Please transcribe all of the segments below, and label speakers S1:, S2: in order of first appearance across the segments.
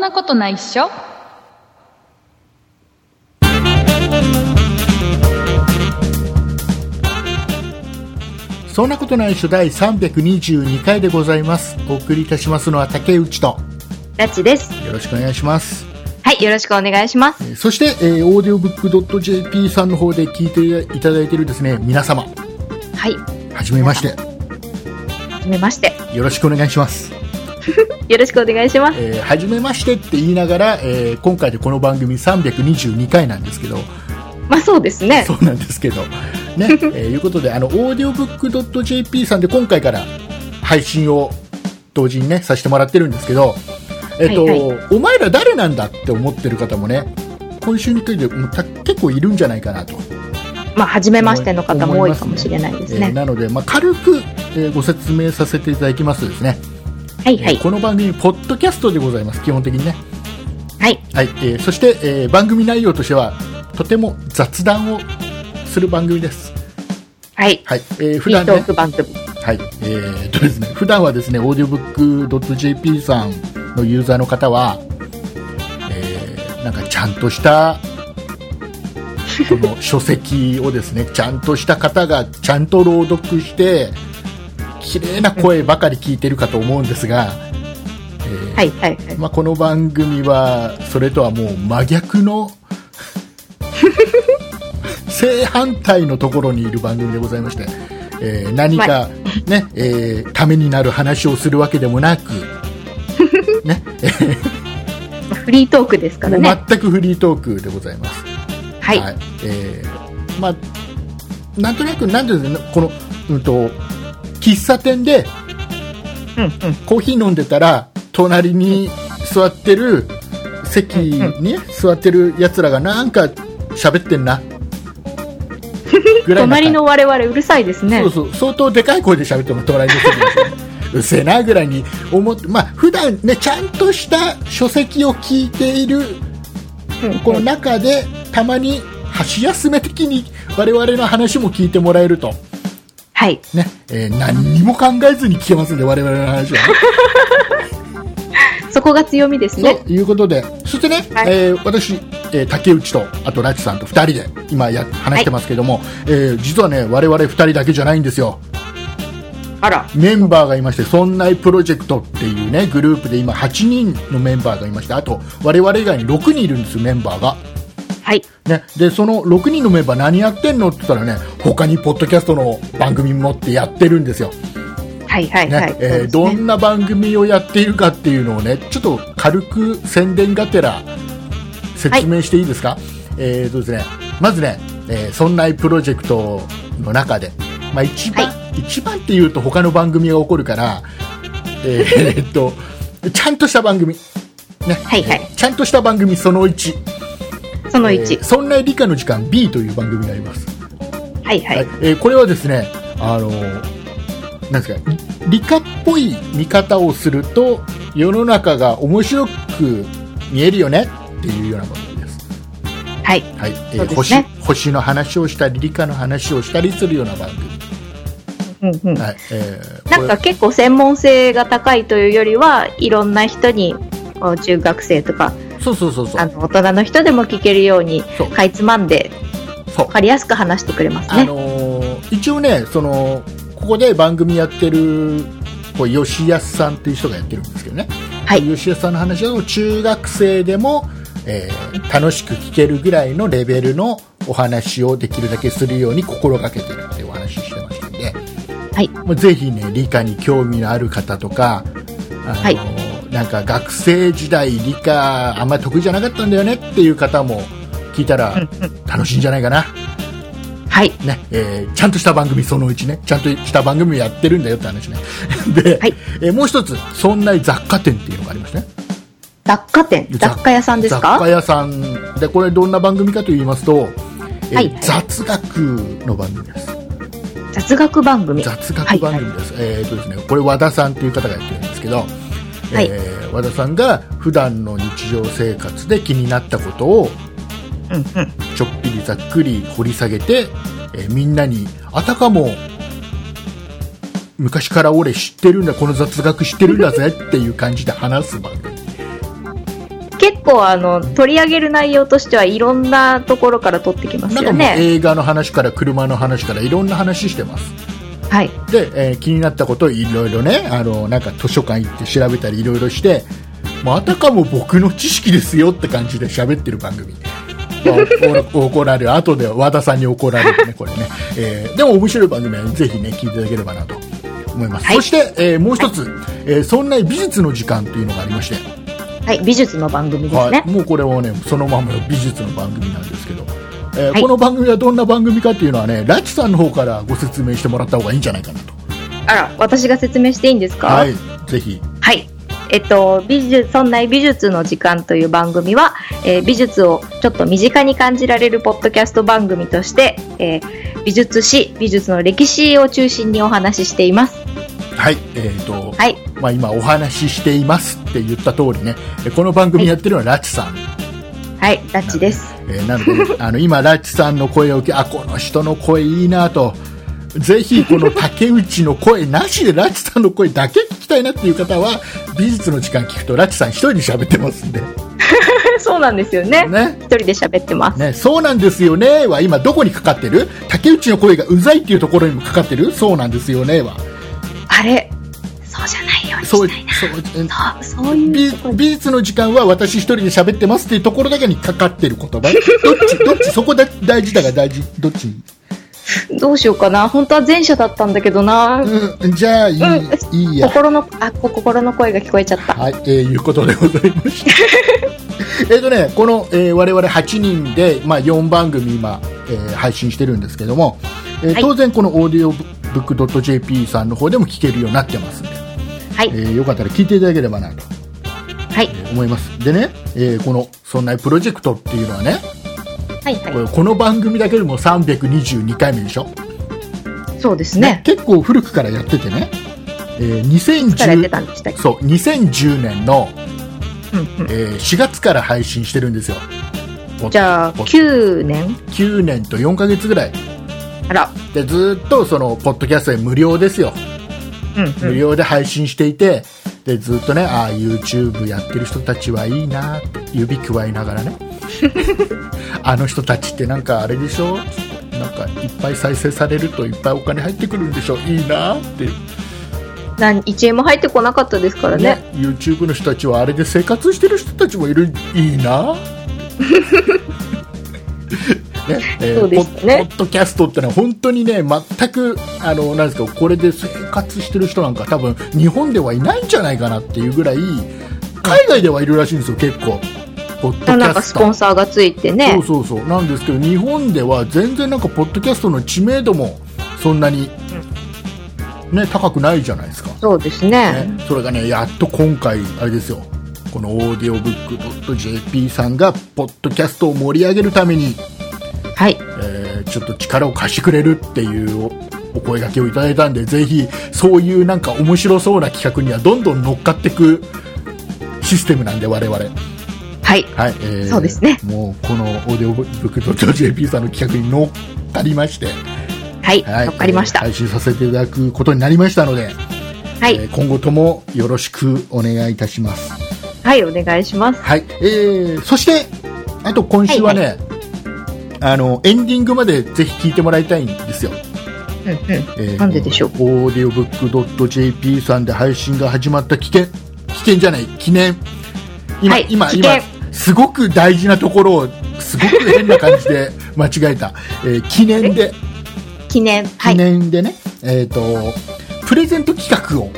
S1: なことないっしょ
S2: そんなことないっしょ第322回でございますお送りいたしますのは竹内と
S3: ラチです。
S2: よろしくお願いします
S3: はい、よろしくお願いします。
S2: えーそして、えー、オーディオブックドット JP さんの方で聞いていただいているですね皆様
S3: はい、
S2: はじめまして
S3: はじめまして。
S2: よろしくお願いします
S3: よろしくお願いします。
S2: えーはじめましてって言いながら、えー今回でこの番組322回なんですけど、
S3: まあそうですね。
S2: そうなんですけど、 ね、えーいうことで、あの、オーディオブックドット JP さんで今回から配信を同時にね、させてもらってるんですけど、えっ、と、
S3: はい
S2: お前ら誰なんだって思ってる方もね、今週に限ってもうた結構いるんじゃないかなと。
S3: まあ、はじめましての方も多いかもしれないです
S2: えー
S3: ね。
S2: なので、まあ、軽く、えーご説明させていただきますとですね、
S3: はい、は
S2: え
S3: い
S2: ー。この番組、ポッドキャストでございます、基本的にね。
S3: はい。
S2: はい、えーそして、えー番組内容としてはとても雑談をする番組です。
S3: はい。
S2: はい、えー普
S3: フリー
S2: 段
S3: ト
S2: ね
S3: ー、ク番組。
S2: はい、えーっとですね、普段はですね、オーディオブックドット JP さんのユーザーの方は、えーなんかちゃんとしたこの書籍をですね、 ちゃんとした方がちゃんと朗読して綺麗な声ばかり聞いてるかと思うんですが、えー
S3: はい、はい、はい。
S2: まあ、この番組はそれとはもう真逆の正反対のところにいる番組でございまして、えー何か、ねえーためになる話をするわけでもなく、ね
S3: まあフリートークですから
S2: も
S3: ね。
S2: う全くフリートークでございます。
S3: はい。
S2: えーまあ、なんとなくなんていうんですかねこの、うん、と喫茶店で
S3: うん、うん。
S2: コーヒー飲んでたら隣に座ってる席に座ってるやつらがなんか喋ってんなぐらいな
S3: 隣の我々うるさいですね
S2: そう。そう相当でかい声で喋っても隣の席で うっせえなぐらいに思ってまあ普段ねちゃんとした書籍を聞いている
S3: うんうん
S2: この中でたまに箸休め的に我々の話も聞いてもらえると
S3: はい。
S2: ね、えー何にも考えずに聞けますんで我々の話はね
S3: そこが強み ですね。
S2: ということで、そしてね、
S3: はい
S2: えー私、えー竹内と、あとラチさんと2人で、今や、話してますけども、えー実はね、我々2人だけじゃないんですよ。
S3: あら。
S2: メンバーがいまして、そんないプロジェクトっていうね、グループで今8人のメンバーがいまして、あと、我々以外に6人いるんですよ、メンバーが。
S3: はい。
S2: ね、で、その6人のメンバー何やってんのって言ったらね、他にポッドキャストの番組持ってやってるんですよ。
S3: はい、はい、
S2: ね
S3: はい。
S2: えー
S3: そうです
S2: どんな番組をやっているかっていうのをねちょっと軽く宣伝がてら説明していいですか、えーとですね、まずね、えー、そんないプロジェクトの中で、まあ、一番、一番っていうと他の番組が起こるから、え ーえーっとちゃんとした番組、ね
S3: はいはい
S2: えーちゃんとした番組その1
S3: その
S2: えー
S3: 1。
S2: そんない理科の時間 B という番組があります
S3: はい、は
S2: はいい。えーこれはですね、あのーなんですか、理理科っぽい見方をすると、世の中が面白く見えるよねっていうような番組です。
S3: はい。
S2: はい。え
S3: そ
S2: ー
S3: うです
S2: 星
S3: ね、
S2: 星の話をしたり、理科の話をしたりするような番組。
S3: うん、うん。
S2: はい。えー
S3: なんか
S2: こ
S3: 結構専門性が高いというよりはいろんな人にこう中学生とか
S2: れそうそうそうそ
S3: あ
S2: う。
S3: の大人の人でも聞けるように
S2: そう
S3: かいつまんで
S2: そう
S3: 分かりやすく話してくれます
S2: あ
S3: ね。
S2: のー一応ね、その、ここで番組やってる、こう吉安さんっていう人がやってるんですけどね。
S3: はい
S2: 吉安さんの話だと中学生でも、えー楽しく聞けるぐらいのレベルのお話をできるだけするように心がけてるっていうお話をしてましたんで、
S3: はい
S2: まあ、ぜひね理科に興味のある方とか、あのー
S3: はい
S2: なんか学生時代理科あんまり得意じゃなかったんだよねっていう方も聞いた
S3: う
S2: ら
S3: んうん
S2: 楽しいんじゃないかな、
S3: はい。
S2: ねえーちゃんとした番組そのうちねちゃんとした番組やってるんだよって話ね で、
S3: はい
S2: えーもう一つ「そんな雑貨店」っていうのがありましたね
S3: 雑貨店、
S2: 雑
S3: 雑貨屋さんです
S2: 雑貨
S3: か
S2: 屋さんでこれどんな番組かと言いますと、えー
S3: はいはい
S2: 雑学の番組です
S3: 雑学番組。は
S2: 雑学番組です、えーとですねこれ和田さんという方がやってるんですけど、
S3: はい
S2: えー和田さんが普段の日常生活で気になったことを
S3: うんうん
S2: ちょっぴりざっくり掘り下げて、えーみんなにあたかも昔から俺知ってるんだこの雑学知ってるんだぜっていう感じで話す番組
S3: 構あの取り上げる内容としてはいろんなところから取ってきます
S2: なん
S3: よ
S2: かもう
S3: ね。
S2: 映画の話から車の話からいろんな話してます
S3: はい。
S2: で、えー気になったことをいろいろねあのなんか図書館行って調べたりいろいろしてまああたかも僕の知識ですよって感じで喋ってる番組、まあおお 怒られる後で和田さんに怒られるねこれね、えーでも面白い番組なのでぜひね聞いていただければなと思います、
S3: はい
S2: そして、えーもう一つ、えーそんな美術の時間というのがありまして、
S3: はい。美術の番組です
S2: は
S3: ね
S2: い、。もうこれはねそのままの美術の番組なんですけど、えー
S3: はい
S2: この番組はどんな番組かっていうのはねラチさんの方からご説明してもらった方がいいんじゃないかなと
S3: あら、私が説明していいんですか
S2: はいぜひ
S3: はい。えっと、美術、村内美術の時間という番組は、えー美術をちょっと身近に感じられるポッドキャスト番組として、えー美術史、美術の歴史を中心にお話ししています。
S2: はいえーと
S3: はい。
S2: まあ、今お話ししていますって言った通りねえこの番組やってるのはラチさん、
S3: はい。ラッチです。
S2: えーなのであの今ラチさんの声を受けあこの人の声いいなとぜひこの竹内の声なしでラチさんの声だけ聞きたいなっていう方は美術の時間聞くとラチさん一人で喋ってますんで
S3: そうなんですよね。
S2: ね
S3: 一人で喋ってます。
S2: ね、そうなんですよねは今どこにかかってる竹内の声がうざいっていうところにもかかってるそうなんですよねは
S3: あれそうじゃないように
S2: そう
S3: し
S2: そ
S3: たいな。
S2: ううん
S3: そう、そういう
S2: 美
S3: ところ
S2: 美術の時間は私一人で喋ってますっていうところだけにかかってる言葉どっちどっちそこだ大事だが大事どっち、
S3: どうしようかな。本当は前者だったんだけどな。
S2: うん、じゃあいい,、
S3: う
S2: いいや
S3: 心の、あ、こ心の声が聞こえちゃった。
S2: はい、えーいうことでございました えっとねこの、えー我々8人で、まあ、4番組今、えー配信してるんですけども、えー
S3: はい
S2: 当然このオーディオブックドット JP さんの方でも聞けるようになってますんで、
S3: はい
S2: え。ーよかったら聞いていただければなと
S3: はい。
S2: 思いますでね、えーこの「そんなプロジェクト」っていうのはね
S3: はい。はい
S2: こ。れこの番組だけでも322回目でしょ、
S3: そうですね。
S2: 結構古くからやっててね、えー
S3: いつからやって
S2: 2010
S3: たんでしたっけ
S2: そう2010年の、
S3: うんうん
S2: え4月から配信してるんですよ
S3: じゃあ、9年
S2: 9年と4ヶ月ぐらい
S3: あら。
S2: でずっとそのポッドキャストで無料ですよ
S3: うん
S2: 無料で配信していてでずっとねああ YouTube やってる人たちはいいなって指くわえながら ねあの人たちってなんかあれでしょなんかいっぱい再生されるといっぱいお金入ってくるんでしょいいなって
S3: 何、1円も入ってこなかったですからね。
S2: YouTube の人たちはあれで生活してる人たちもいるいい なねえー
S3: そうでしたね
S2: ポッポッドキャストってのは本当にね全くあのなんですかこれで生活してる人なんか多分日本ではいないんじゃないかなっていうぐらい海外ではいるらしいんですよ結構ポッド
S3: な
S2: キ
S3: ん
S2: ャ
S3: か
S2: ス
S3: ス
S2: ター
S3: ポンサーがついて
S2: そ
S3: ね
S2: う。そうそうなんですけど日本では全然なんかポッドキャストの知名度もそんなに、ね、高くないじゃないですか
S3: そうですね。
S2: ね、それがねやっと今回あれですよこのオーディオブックドット JP さんがポッドキャストを盛り上げるために、
S3: はい。
S2: えーちょっと力を貸してくれるっていうおお声掛けをいただいたんでぜひそういうなんか面白そうな企画にはどんどん乗っかっていくシステムなんで我々、はい
S3: はい。
S2: えー
S3: そうですね
S2: もうこのオーディオブックドット JP さんの企画に乗っかりまして、
S3: はい。
S2: はい
S3: わかりまし
S2: えー
S3: た。
S2: 配信させていただくことになりましたので、
S3: は
S2: え
S3: い。
S2: ー今後ともよろしくお願いいたします
S3: はい、お願いします。
S2: はい、えー、そして、あと今週はね、あの、エンディングまでぜひ聞いてもらいたいんですよ。
S3: うんうん。
S2: えー
S3: なんででしょう
S2: オーディオブック .jp さんで配信が始まった危険、危険じゃない、記念。今、
S3: はい
S2: 今、
S3: 危
S2: 今
S3: 険、
S2: すごく大事なところを、すごく変な感じ で間違えた。えー記念で、
S3: 記念。は
S2: 記
S3: い。
S2: 念でね、えっ、と、プレゼント企画を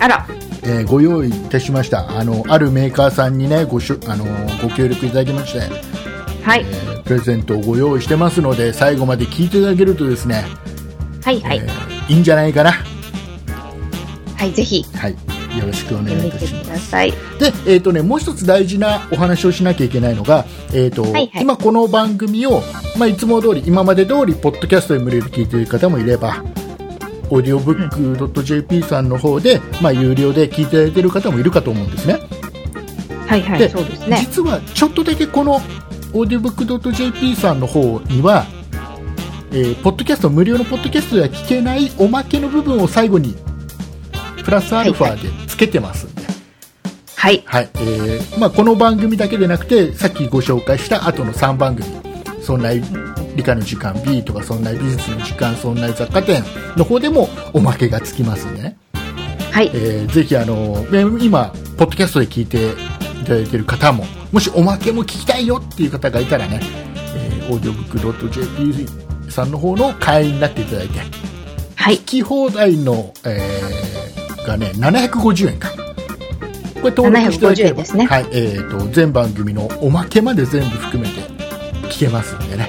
S3: あら。
S2: えーご用意いたしましたあのあるメーカーさんにねごしゅあのご協力いただきまして、
S3: はい
S2: え。ープレゼントをご用意してますので最後まで聞いていただけるとですね、
S3: はい。はい
S2: え。ーいいんじゃないかな、は
S3: はい。ぜひ、
S2: い、よろしくお願いい
S3: 見
S2: た
S3: て
S2: し
S3: く
S2: ま
S3: だ
S2: す
S3: さい。
S2: で、えーとね、もう一つ大事なお話をしなきゃいけないのが、えーと
S3: はいはい
S2: 今この番組を、まあ、いつも通り今まで通りポッドキャストで無料で聞いている方もいればオーディオブック .jp さんの方で、まあ、有料で聞いていただいている方もいるかと思うんですね。
S3: はい。は
S2: で
S3: い。そうですね。
S2: 実はちょっとだけこのオーディオブックドット JP さんの方には、えーポッドキャスト無料のポッドキャストでは聞けないおまけの部分を最後にプラスアルファでつけてますんで、
S3: はい。
S2: はいえーまあ、この番組だけでなくてさっきご紹介した後の3番組「そんな理科の時間 B」とか「そんな美術の時間」「そんな雑貨店」の方でもおまけがつきますんでね、
S3: はい
S2: え。ーぜひあのえー今ポッドキャストで聞いていただいている方ももしおまけも聞きたいよっていう方がいたらね、えー、オーディオブック .jp さんの方の会員になっていただいて
S3: はい
S2: 聞。き放題の、えーがね750円かこれ登録しておいて
S3: 750円ですね
S2: はいえー、と全番組のおまけまで全部含めて聞けますんでね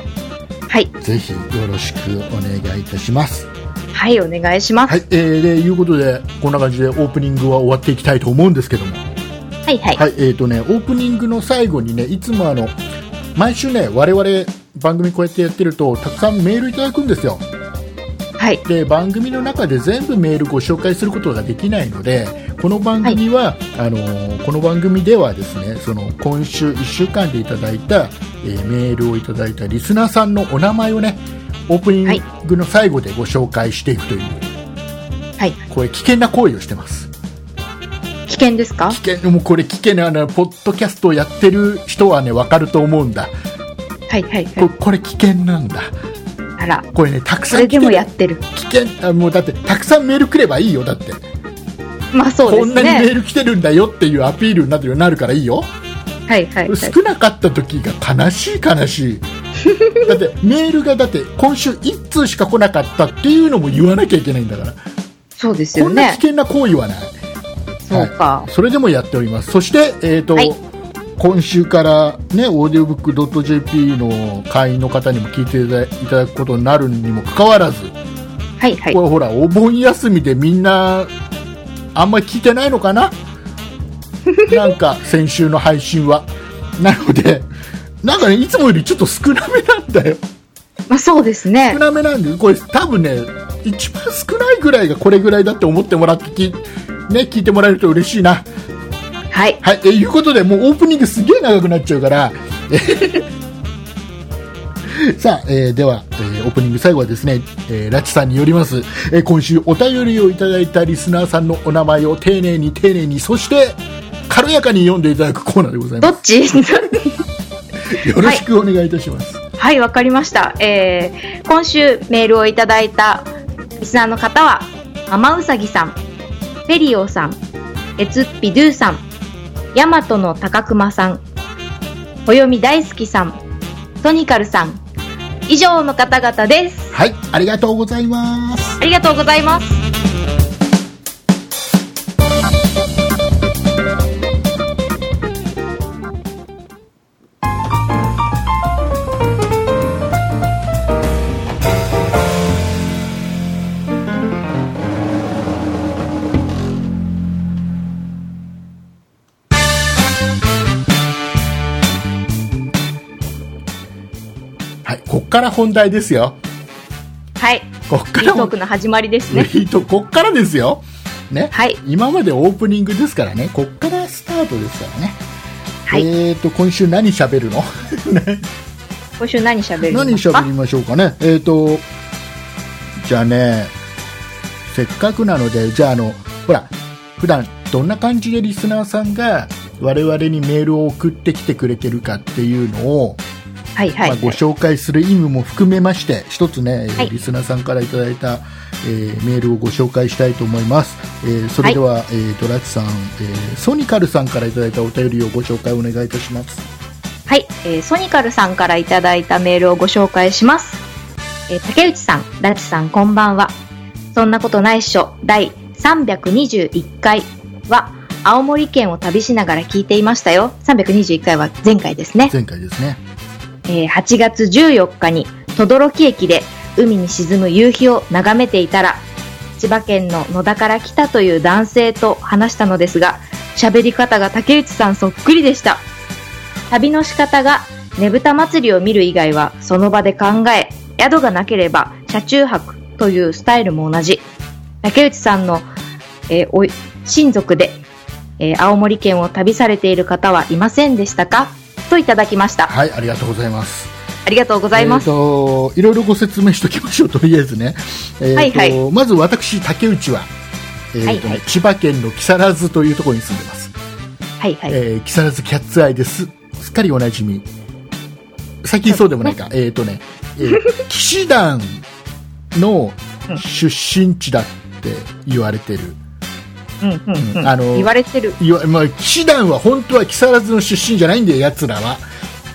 S3: はい。
S2: ぜひよろしくお願いいたします
S3: はい。お願いします。
S2: はいえー、でいうことでこんな感じでオープニングは終わっていきたいと思うんですけども
S3: はい。はい。
S2: はい、えーとね、オープニングの最後にね、いつもあの、毎週ね、我々番組こうやってやってると、たくさんメールいただくんですよ。
S3: はい。
S2: で、番組の中で全部メールご紹介することができないので、この番組は、あのーこの番組ではですね、その今週1週間でいただいた、えーメールをいただいたリスナーさんのお名前をね、オープニングの最後でご紹介していくという、
S3: はい。
S2: これ危険な行為をしてます。
S3: 危険ですか
S2: 危険もうこれ危険なあのポッドキャストをやってる人はね分かると思うんだ
S3: はい。はい。は
S2: こ
S3: い。
S2: これ危険なんだ
S3: あら。
S2: これねたく
S3: そ
S2: さん
S3: れ
S2: 来
S3: で
S2: て
S3: も
S2: る
S3: やってる。
S2: 危険あもうだってたくさんメール来ればいいよだって、
S3: まあそうで
S2: こ
S3: す
S2: ん
S3: ね。
S2: なにメール来てるんだよっていうアピールになるようになるからいいよ
S3: はい。はい。はい。
S2: 少なかった時が悲しい悲しい だってメールがだって今週1通しか来なかったっていうのも言わなきゃいけないんだから、
S3: そうです
S2: こ
S3: よ
S2: んな
S3: ね
S2: 危。険な行為はない
S3: そうか。
S2: それでもやっております。そして、えーと
S3: はい
S2: 今週から、ね、オーディオブックドット .jp の会員の方にも聞いていただいただくことになるにもかかわらず、
S3: はい。はい
S2: こ。れほら、お盆休みでみんな、あんまり聞いてないの かななんか、先週の配信は。なので、なんかね、いつもよりちょっと少なめなんだよ。
S3: まあそうですね
S2: 少。なめなんで、これ多分ね、一番少ないぐらいがこれぐらいだって思ってもらってき、ね、聞いてもらえると嬉しいな。
S3: はい。
S2: はい、えーいうことで、もうオープニングすげえ長くなっちゃうから。 さあ、えーでは、えーオープニング最後はですね、えーラチさんによります、えー今週お便りをいただいたリスナーさんのお名前を丁寧に丁寧に、そして、軽やかに読んでいただくコーナーでござい
S3: ど
S2: ま
S3: っ ち
S2: す。よろしくお願いいたします。
S3: はい、わかりました。えー、今週メールをいただいたリスナーの方は、ママウサギさん、フェリオさん、エツッピドゥさん、ヤマトの高熊さん、およみ大好きさん、トニカルさん、以上の方々です。
S2: はい、ありがとうございます。
S3: ありがとうございます。
S2: はい、こっから本題ですよ。
S3: はい、
S2: こっ
S3: フ
S2: か
S3: リー
S2: ら
S3: トー
S2: も、
S3: クの始まり ですね。
S2: い いと、こっからですよ。ね。
S3: はい、
S2: 今までオープニングですからね、こっからスタートですからね。
S3: はい
S2: えーと、今週何喋るの
S3: 今週何喋るん
S2: 何
S3: ですか
S2: 喋りましょうかね。えーと、じゃあね、せっかくなので、じゃああの、ほら、普段どんな感じでリスナーさんが我々にメールを送ってきてくれてるかっていうのを、
S3: はい、はい
S2: まあ、。ご紹介する意味も含めまして一つね、えー
S3: はい
S2: リスナーさんからいただいた、えーメールをご紹介したいと思います、えーそれでは、えー、ドラチさん、えーソニカルさんからいただいたお便りをご紹介お願いいたします
S3: はい、えーソニカルさんからいただいたメールをご紹介します。えー竹内さん、ラチさん、こんばんは。そんなことないっしょ、第321回は、青森県を旅しながら聞いていましたよ。321回は前回ですね。
S2: 前回ですね
S3: えー8月14日に、等々力駅で海に沈む夕日を眺めていたら、千葉県の野田から来たという男性と話したのですが、喋り方が竹内さんそっくりでした。旅の仕方が、ねぶた祭りを見る以外はその場で考え、宿がなければ車中泊というスタイルも同じ。竹内さんの、えーおい親族で、えー青森県を旅されている方はいませんでしたかといただきました。
S2: はいありがとうございます
S3: ありがとうございます。
S2: えーといろいろご説明しておきましょうとりあえずね、えーと
S3: はいは
S2: まず私竹内は、えーとね
S3: はいはい
S2: 千葉県の木更津というところに住んでます
S3: はいはい。
S2: えー、木更津キャッツアイです。すっかりおなじみ。最近そうでもな いか。えっ、とね、えー、騎士団の出身地だって言われてる。
S3: うんうんうん。
S2: あの
S3: 言われてる。
S2: いわまあ、騎士団は本当は木更津の出身じゃないんだよ、奴らは。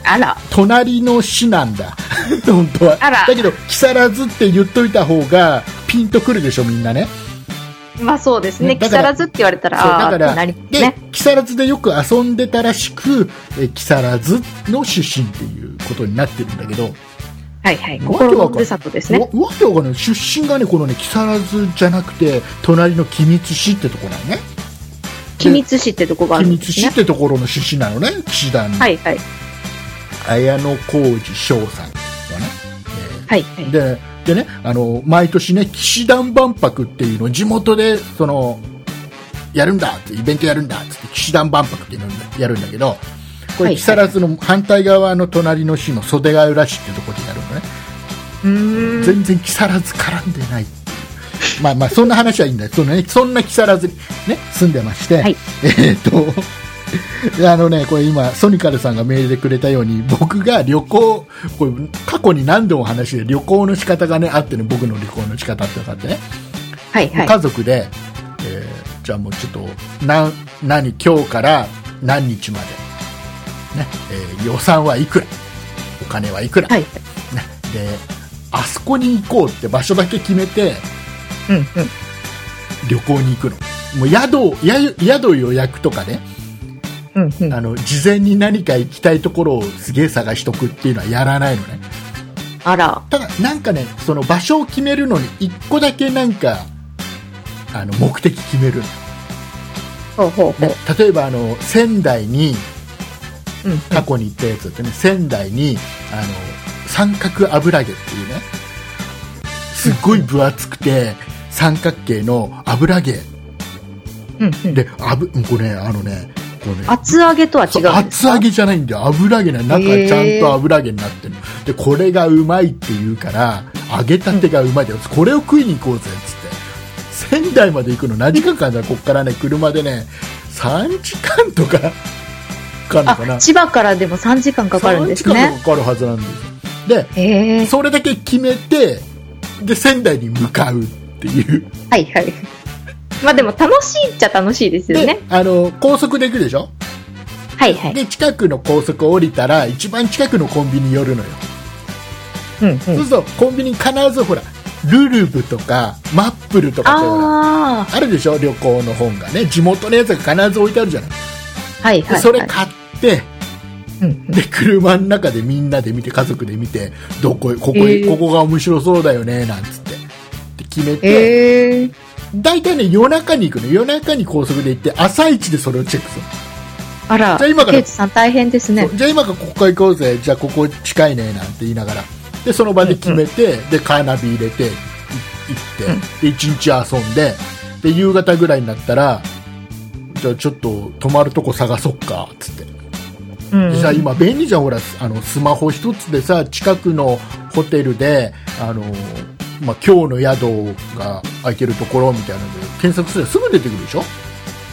S3: あら。
S2: 隣の市なんだ。 本当は。
S3: あら
S2: だけど、木更津って言っといた方が、ピンとくるでしょ、みんなね。
S3: まあそうですね。
S2: だ
S3: 木
S2: から
S3: 更津って言われたら、
S2: そう
S3: ああー、
S2: だ
S3: っ
S2: か
S3: て
S2: ら、
S3: なります
S2: で
S3: ね。
S2: 木更津でよく遊んでたらしく、え木更津の出身っていうことになってるんだけど、
S3: はいはい。
S2: わけわかん
S3: 心のふるさとですね。
S2: わわけわかんない出身がねこのね木更津じゃなくて隣の君津市ってとこなのね
S3: 君津市ってとこがあるん
S2: 君
S3: で
S2: 津
S3: す
S2: 市
S3: ね
S2: っ。てところの出身なのね騎士団の
S3: はいはい。
S2: 綾野浩二翔さんはね、
S3: はいは
S2: え
S3: い
S2: ー。ででねあの毎年ね騎士団万博っていうのを地元でそのやるんだってイベントやるんだっつって騎士団万博っていうのをやるんだけどこ
S3: は
S2: れ
S3: い
S2: 木更津の反対側の隣の市の袖ヶ浦市ってとこでやるのね
S3: うーん。
S2: 全然木更津絡んでないまあまあそんな話はいいんだよその、ね、そんな木更津に、ね、住んでまして、
S3: はい
S2: えーっとあのねこれ今ソニカルさんがメールでくれたように僕が旅行これ過去に何度も話して旅行の仕方がねあってね僕の旅行の仕方ってのがあってね、
S3: はいはい。
S2: 家族で、えーじゃあもうちょっとな何今日から何日まで、ねえー予算はいくらお金はいくら、
S3: はいはい。
S2: ねであそこに行こうって場所だけ決めて
S3: うんうん。
S2: 旅行に行くのもう宿をや宿予約とかね
S3: うんうん。
S2: あの事前に何か行きたいところをすげえ探しとくっていうのはやらないのね
S3: あら。
S2: ただなんかねその場所を決めるのに1個だけなんかあの目的決めるの、
S3: ほうほうほう
S2: ね。、例えばあの仙台に
S3: うんうん。
S2: 過去に行ったやつだってね仙台にあの三角油揚げっていうねすっごい分厚くて三角形の油揚げ
S3: うんうん。
S2: であぶこれねあのねこうね
S3: 厚揚げとは違
S2: そ
S3: う
S2: う
S3: んです
S2: 厚揚げじゃないんだよ油揚げなの
S3: へ
S2: 中
S3: ー
S2: ちゃんと油揚げになってるのでこれがうまいって言うから揚げたてがうまいだよこれを食いに行こうぜっつって仙台まで行くの何時間かかるんだこっからね車でね3時間とか かかるのかな
S3: あ、千葉からでも3時間かかるんです
S2: 3時間
S3: ね。
S2: もかかるはずなんですよ
S3: へ
S2: で
S3: え。
S2: それだけ決めてで仙台に向かうっていう
S3: はいはい。まあでも楽しいっちゃ楽しいですよね
S2: で。あの高速で行くでしょ
S3: はいはい。
S2: で近くの高速降りたら一番近くのコンビニ寄るのよ、
S3: うんうん。
S2: そうするとコンビニ必ずほらルルブとかマップルとかってほら
S3: あ
S2: あ
S3: あ。
S2: るでしょ旅行の本がね地元のやつが必ず置いてあるじゃない、
S3: はいはい
S2: で
S3: はい。
S2: それ買って
S3: うんうん。
S2: で車の中でみんなで見て家族で見てどこここ,、
S3: へー
S2: ここが面白そうだよねなんつってで決めて、
S3: へえ。
S2: 大体ね夜中に行くの夜中に高速で行って朝一でそれをチェックする
S3: あら、
S2: じゃあ今から
S3: ケイチさん大変ですね
S2: そう。じゃあ今からここ行こうぜじゃあここ近いねなんて言いながらでその場で決めて、でカーナビ入れてい行って、で1日遊んでで夕方ぐらいになったらじゃあちょっと泊まるとこ探そっかっつって、
S3: うん。
S2: じゃあ今便利じゃんほらあのスマホ一つでさ近くのホテルであの、まあ、今日の宿が空いてるところみたいなので検索すればすぐ出てくるでしょ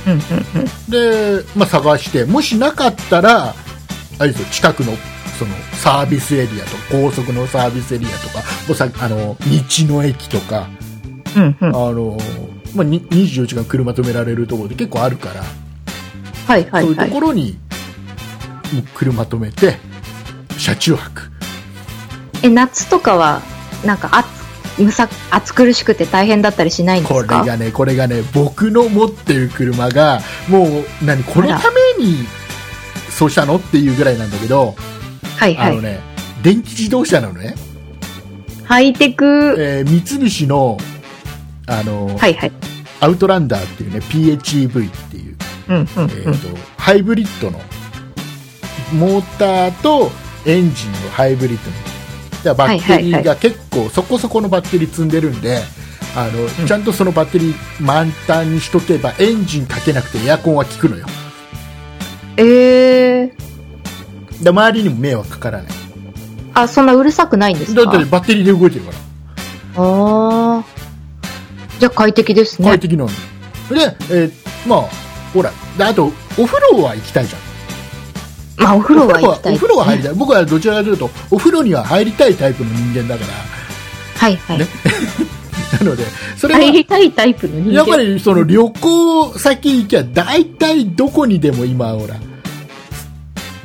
S3: うんうんうん。
S2: で、まあ、探してもしなかったらあれですよ近くのそのサービスエリアと高速のサービスエリアとかもうさあの道の駅とか、
S3: うんう
S2: あ
S3: ん。
S2: のまあ、に24時間車止められるところで結構あるから、
S3: はいは
S2: そうい
S3: いうは
S2: と
S3: い。
S2: ころにもう車止めて車中泊
S3: え、夏とかは、なんか暑、むさ、暑苦しくて大変だったりしないんで
S2: こ
S3: す
S2: れ
S3: か
S2: がねこれがね僕の持ってる車がもう何この
S3: あら
S2: ためにそうしたのっていうぐらいなんだけど、
S3: はいは
S2: あの
S3: い。
S2: ね電気自動車なのね
S3: ハイテク、
S2: えー三菱のあの、
S3: はいはい。
S2: アウトランダーっていうね PHEV っていう、
S3: うんうん
S2: えーとハイブリッドのモーターとエンジンのハイブリッドのじゃあバッテリ
S3: は
S2: ー
S3: いは
S2: が結構そこそこのバッテリー積んでるんであの、
S3: ん
S2: ちゃんとそのバッテリー満タンにしとけばエンジンかけなくてエアコンは効くのよ
S3: うん。ええ。
S2: で周りにも迷惑かからない
S3: あ、そんなうるさくないんです
S2: だ
S3: か
S2: ってバッテリーで動いてるから
S3: ああ。じゃあ快適ですね
S2: 快。適なの、で、えーまあほらであとお風呂は行きたいじゃん
S3: まあ、お風呂は行きたい、
S2: お風呂は入りたい僕はどちらかというとお風呂には入りたいタイプの人間だか
S3: はいはい。
S2: ねらなのでそれは
S3: 入りたいタイプの人間。
S2: やっぱりその旅行先行きゃ大体どこにでも今ほら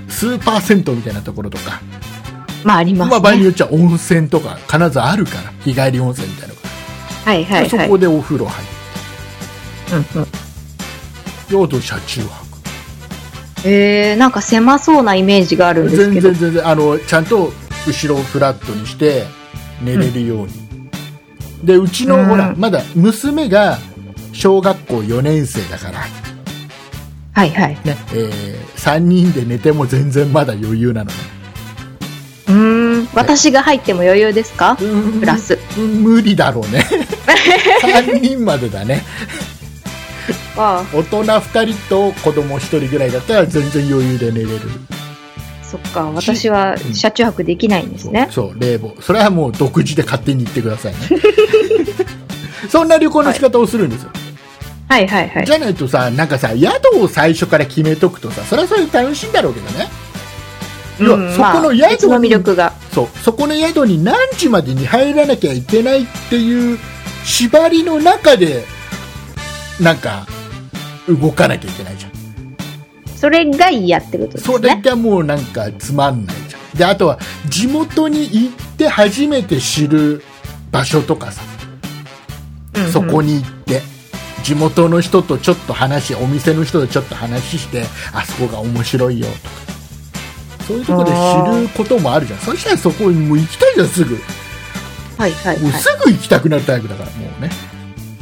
S2: スーパー銭湯みたいなところとか
S3: まあ、あります、ね。
S2: まあ、場合によっちゃ温泉とか必ずあるから日帰り温泉みたいなのが、
S3: はいはい
S2: そ
S3: はい。
S2: こでお風呂入って
S3: うんうん
S2: 用途車中泊
S3: えー、なんか狭そうなイメージがあるんです
S2: 全
S3: けど
S2: 然。全然あのちゃんと後ろをフラットにして寝れるように、でうちのほら、
S3: うん
S2: まだ娘が小学校4年生だから、
S3: はいはい。
S2: ねえ3人で寝ても全然まだ余裕なのね
S3: うーん。私が入っても余裕ですかプラス。
S2: うん無理だろうね3人までだね
S3: あ
S2: 大人2人と子供1人ぐらいだったら全然余裕で寝れる
S3: あ、そっか。私は車中泊できないんですね。
S2: そう冷房それはもう独自で勝手に行ってくださいね そんな旅行の仕方をするんですよ、
S3: はいはいはい
S2: じ。ゃないとさなんかさ宿を最初から決めとくとさそれはそれで楽しいんだろうけどね要は
S3: うん
S2: そこの
S3: まあ、
S2: 宿
S3: 別の
S2: に
S3: 魅力が。
S2: そうそこの宿に何時までに入らなきゃいけないっていう縛りの中でなんか動かなきゃいけないじゃん
S3: それが嫌ってことです
S2: それ
S3: ね。
S2: がもうなんかつまんないじゃんであとは地元に行って初めて知る場所とかさ
S3: うんうん
S2: そこに行って地元の人とちょっと話お店の人とちょっと話してあそこが面白いよとかそういうとこで知ることもあるじゃんそしたらそこにもう行きたいじゃんすぐも
S3: はいはい、
S2: う
S3: は
S2: すぐ行きたくなるタイプだからもうね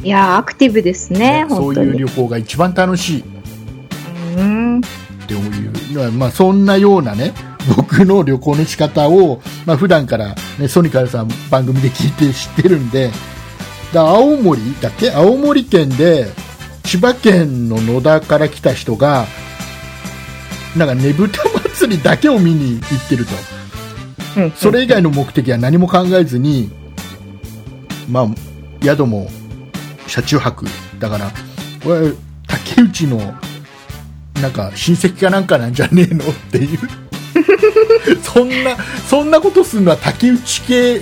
S3: い。いやーアクティブですね、
S2: そ
S3: 本
S2: う
S3: 当
S2: いう
S3: に。
S2: 旅行が一番楽しいっ
S3: うん。
S2: ていうのは、まあ、そんなようなね僕の旅行の仕方を、まあ普段から、ね、ソニカルさん番組で聞いて知ってるんでだ青森だっけ青森県で千葉県の野田から来た人がなんかねぶた祭りだけを見に行ってると
S3: うん
S2: それ以外の目的は何も考えずに、まあ、宿も車中泊だからこれ竹内のなんか親戚かなんかなんじゃねえのっていう そんなそんなことするのは竹内系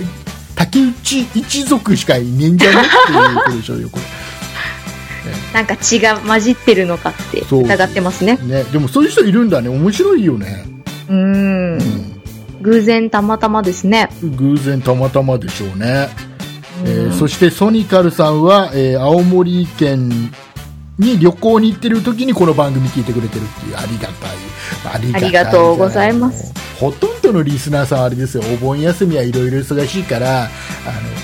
S2: 竹内一族しかいねえんじゃねっていうことでしょうよこ
S3: なんか血が混じってるのかって
S2: そう
S3: 疑ってますね。
S2: れ、ね、でもそういう人いるんだね面白いよね、
S3: うーん。偶然たまたまですね。
S2: うん、偶然たまたまでしょうねえー
S3: うん
S2: そしてソニカルさんは、えー青森県に旅行に行ってる時にこの番組聞いてくれてるっていうありがたいあり
S3: ありがとうございます
S2: ほとんどのリスナーさんはあれですよお盆休みはいろいろ忙しいからあの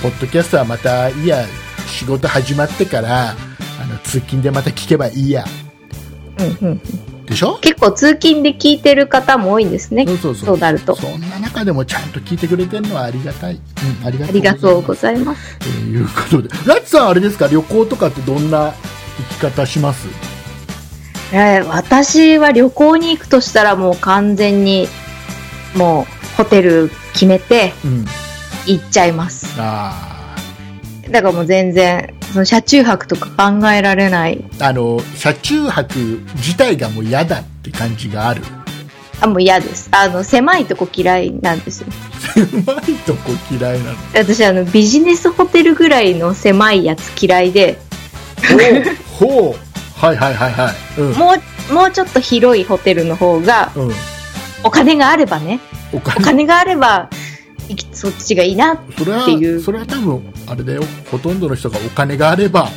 S2: ポッドキャストはまたいや仕事始まってからあの通勤でまた聞けばいいや
S3: うんうん、
S2: でしょ
S3: 結構通勤で聞いてる方も多いんですね。
S2: そうそうそう
S3: そうなると。
S2: そんな中でもちゃんと聞いてくれてるのはありがたい、うん、ありが
S3: ありがと
S2: と
S3: う
S2: うございます
S3: ございます。
S2: ということで、ラッツさん、あれですか、旅行とかってどんな行き方します
S3: えー私は旅行に行くとしたらもう完全にもうホテル決めて
S2: うん。
S3: 行っちゃいます。
S2: あ
S3: だからもう全然、その車中泊とか考えられない。
S2: あ、あの、車中泊自体がもう嫌だって感じがある。
S3: あ、もう嫌です。あの、狭いとこ嫌いなんですよ。
S2: 狭いとこ嫌いなの。
S3: 私あの、ビジネスホテルぐらいの狭いやつ嫌いで、
S2: ほう、ほう。はいはいはいはい。うん。
S3: もう、もうちょっと広いホテルの方が、
S2: うん、
S3: お金があればね、
S2: お
S3: お
S2: 金
S3: 金があれば、いきそっちがいいな。
S2: それは
S3: っていう
S2: それは多分あれだよほとんどの人がお金があれば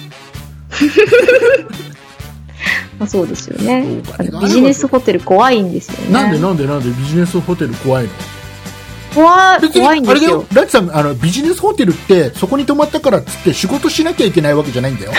S3: まあ、そうですよね
S2: そうかね。
S3: ビジネスホテル怖いんですよね。
S2: なんでなんでなんでビジネスホテル怖いの
S3: 怖い
S2: 別に
S3: 怖いんですよ。
S2: あれだよラッチさんあのビジネスホテルってそこに泊まったからっつって仕事しなきゃいけないわけじゃないんだよ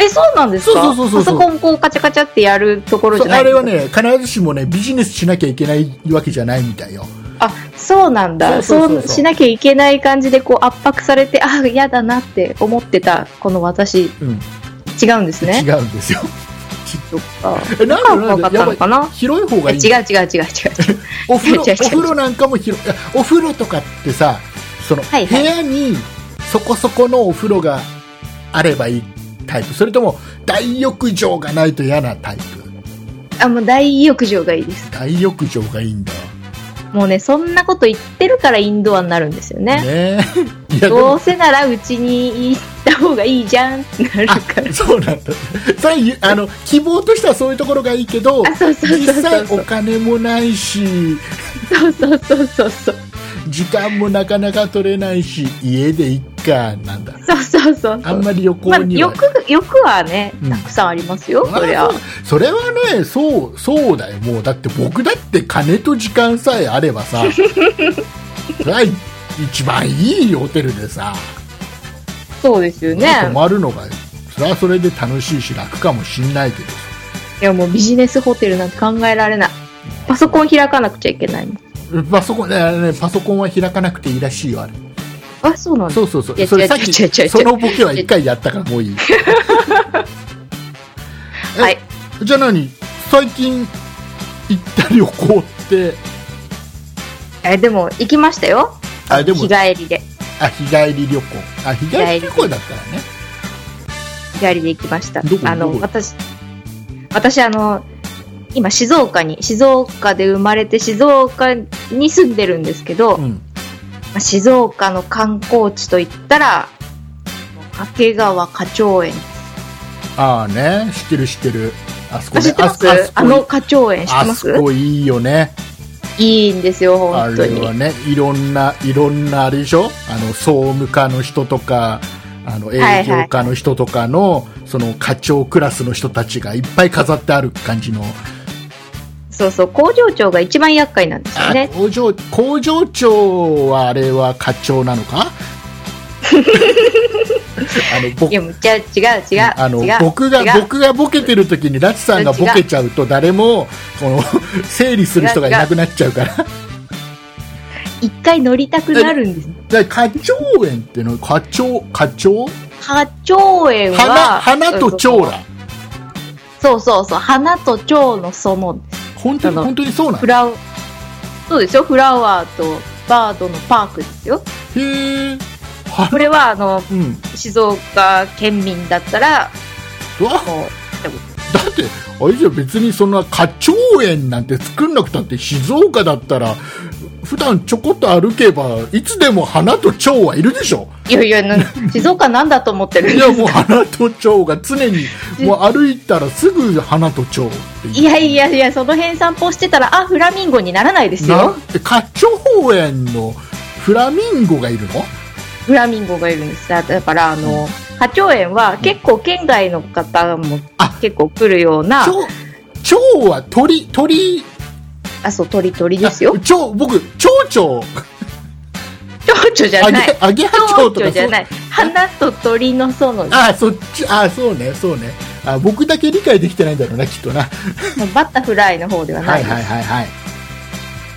S3: え、そうなんですか
S2: そうそうそうそう
S3: パソコンこうカチャカチャってやるところじ
S2: そ
S3: ゃ
S2: う
S3: ない
S2: あ
S3: んで
S2: れ
S3: すか
S2: はね必ずしもねビジネスしなきゃいけないわけじゃないみたいよ
S3: あ、そうなんだ。
S2: そう
S3: そ
S2: そうそうそう
S3: うしなきゃいけない感じでこう圧迫されて、あ、嫌だなって思ってた、この私、
S2: うん
S3: 違うんですね。
S2: 違うんですよ
S3: そっか。
S2: え なんで
S3: 怖
S2: なん
S3: かった
S2: でや
S3: の
S2: っぱ
S3: かな
S2: 広い方が
S3: え
S2: いい
S3: 違う違う違う違う違う。
S2: お風呂お
S3: 違う違う違う
S2: 風呂なんかも広いいやお風呂とかってさその、
S3: はいはい
S2: 部屋にそこそこのお風呂があればいいタイプそれとも大浴場がないと嫌なタイプ
S3: あ、もう大浴場がいいです。
S2: 大浴場がいいんだ
S3: もうね、そんなこと言ってるからインドアになるんですよね。
S2: ねいやで
S3: どう
S2: も
S3: せならうちに行った方がいいじゃんってなるから。
S2: そうなんだそれゆあの希望としてはそういうところがいいけど
S3: あ、そうそう
S2: 実
S3: そうそ
S2: 際
S3: うそ
S2: お
S3: う。
S2: 金もないし
S3: そうそうそうそうそう。
S2: 時間もなかなか取れないし家でいっかなんだ
S3: そうそうそう
S2: あ
S3: そ
S2: ん
S3: う。
S2: まり旅行
S3: まあ、
S2: には、
S3: 欲が、欲はね
S2: うん、
S3: たくさんありますよ、
S2: あ
S3: そりゃ。
S2: それはねそうそうだよもうだって僕だって金と時間さえあれば さそれは一番いいホテルでさ、
S3: そうですよね。
S2: 泊まるのがそれはそれで楽しいし楽かもしんないけど
S3: いや、もうビジネスホテルなんて考えられない。パソコン開かなくちゃいけないもん。
S2: パソコンねあれねパソコンは開かなくていいらしいよあれ
S3: あ、そうなんだ。
S2: そうそうそ
S3: いうや
S2: それ
S3: 違う
S2: さっき
S3: 違う違う違う
S2: そのボケは一回やったからもういいえ
S3: はい
S2: じゃあ何最近行った旅行って
S3: え、でも、行きましたよ。
S2: あでも
S3: 日帰りで。
S2: あ日帰り旅行あ日帰り旅行だったらね
S3: 日帰りで行きました
S2: どこ。
S3: あ
S2: ど
S3: の、
S2: こ
S3: 私、私、あの、今、静岡に、静岡で生まれて、静岡に住んでるんですけど、
S2: うん
S3: まあ静岡の観光地といったら、掛川花鳥園。
S2: ああね知ってる知ってるあそこ
S3: あ知
S2: ね
S3: ってます
S2: あ
S3: あ
S2: そこ
S3: の花鳥園知って
S2: あ
S3: ま
S2: そ
S3: す
S2: こいいよね
S3: いいんですよ、
S2: あ
S3: 本当
S2: れは
S3: に。
S2: ねいろんないろんなあれでしょあの総務課の人とかあの営
S3: はいはい
S2: 業課の人とかの、その課長クラスの人たちがいっぱい飾ってある感じの、
S3: そうそう、工場長が一番厄介なんですよ
S2: あ
S3: ね。
S2: 工場工場長はあれは課長な のかあの僕
S3: いや、むっちゃ違う違う。
S2: あの
S3: 違う
S2: 僕が
S3: 違う
S2: 僕がボケてる時にラチさんがボケちゃうと誰もこ の整理する人がいなくなっちゃうから
S3: 一回乗りたくなるんです。
S2: だから花鳥園っていうの花鳥花鳥
S3: 花鳥園
S2: 花
S3: は、
S2: 花と
S3: そう
S2: 蝶
S3: そう
S2: だ
S3: そうそうそう、花と蝶のその
S2: 本当に
S3: あの
S2: 本当にそうな
S3: フ
S2: の
S3: ラウ、そうですよ、フラワーとバードのパークですよ。
S2: へえ
S3: これは、あの、
S2: うん
S3: 静岡県民だったら、
S2: うわ
S3: もう、
S2: だってあれじゃ別にそんな花鳥園なんて作んなくたって静岡だったら普段ちょこっと歩けばいつでも花と蝶はいるでしょ
S3: いやいや、 な静岡なんだと思ってるん
S2: い
S3: で
S2: や
S3: す
S2: もう花と蝶が常にもう歩いたらすぐ花と蝶っていう
S3: いやいやいや、その辺散歩してたら、あ、フラミンゴにならないです
S2: な
S3: よ。
S2: んて花鳥園のフラミンゴがいるの
S3: フラミンゴがいるんです。だだから、あの、花鳥園は結構県外の方も
S2: あ
S3: 結構来るような、
S2: 蝶蝶は鳥鳥
S3: あ、そう、鳥鳥ですよ
S2: あ。蝶僕蝶々
S3: 蝶々じゃ
S2: ア
S3: ない
S2: ゲ。アゲハ
S3: 蝶
S2: 蝶と
S3: 々
S2: か
S3: じ
S2: そ
S3: ゃ
S2: う
S3: ない。花と鳥の園。
S2: あそっちあそうねそうねあ僕だけ理解できてないんだろうなきっとな
S3: バタフライの方ではな
S2: はい
S3: い。
S2: はいはいはい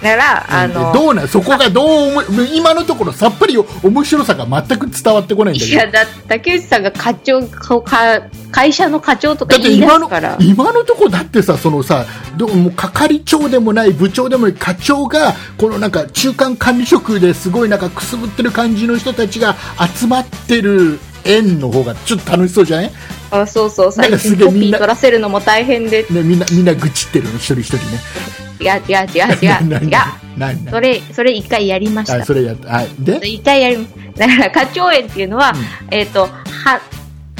S3: だから、あの、
S2: どうなんそこがどう思い今のところさっぱり面白さが全く伝わってこないんだ
S3: い
S2: けど
S3: や、だ、竹内さんが課長、かか会社の課長と
S2: だ
S3: か
S2: って
S3: 言い出
S2: 今
S3: す
S2: の
S3: から。
S2: 今のとこだってさそのさどうもう係長でもない部長でもない課長がこのなんか中間管理職ですごいなんかくすぶってる感じの人たちが集まってる園の方がちょっと楽しそうじゃない、ね、
S3: あそうそう、
S2: なん
S3: 最
S2: かす
S3: 近
S2: げえ
S3: コピ
S2: みん
S3: ー
S2: な
S3: 取らせるのも大変で、
S2: みんなみんな愚痴ってるの一人一人ね
S3: 違う違う違う違う違う。
S2: 何
S3: それ、それ一回やりました
S2: あ。それやったあで
S3: 一回やります。だから、花鳥園っていうのは、えっ、と、は、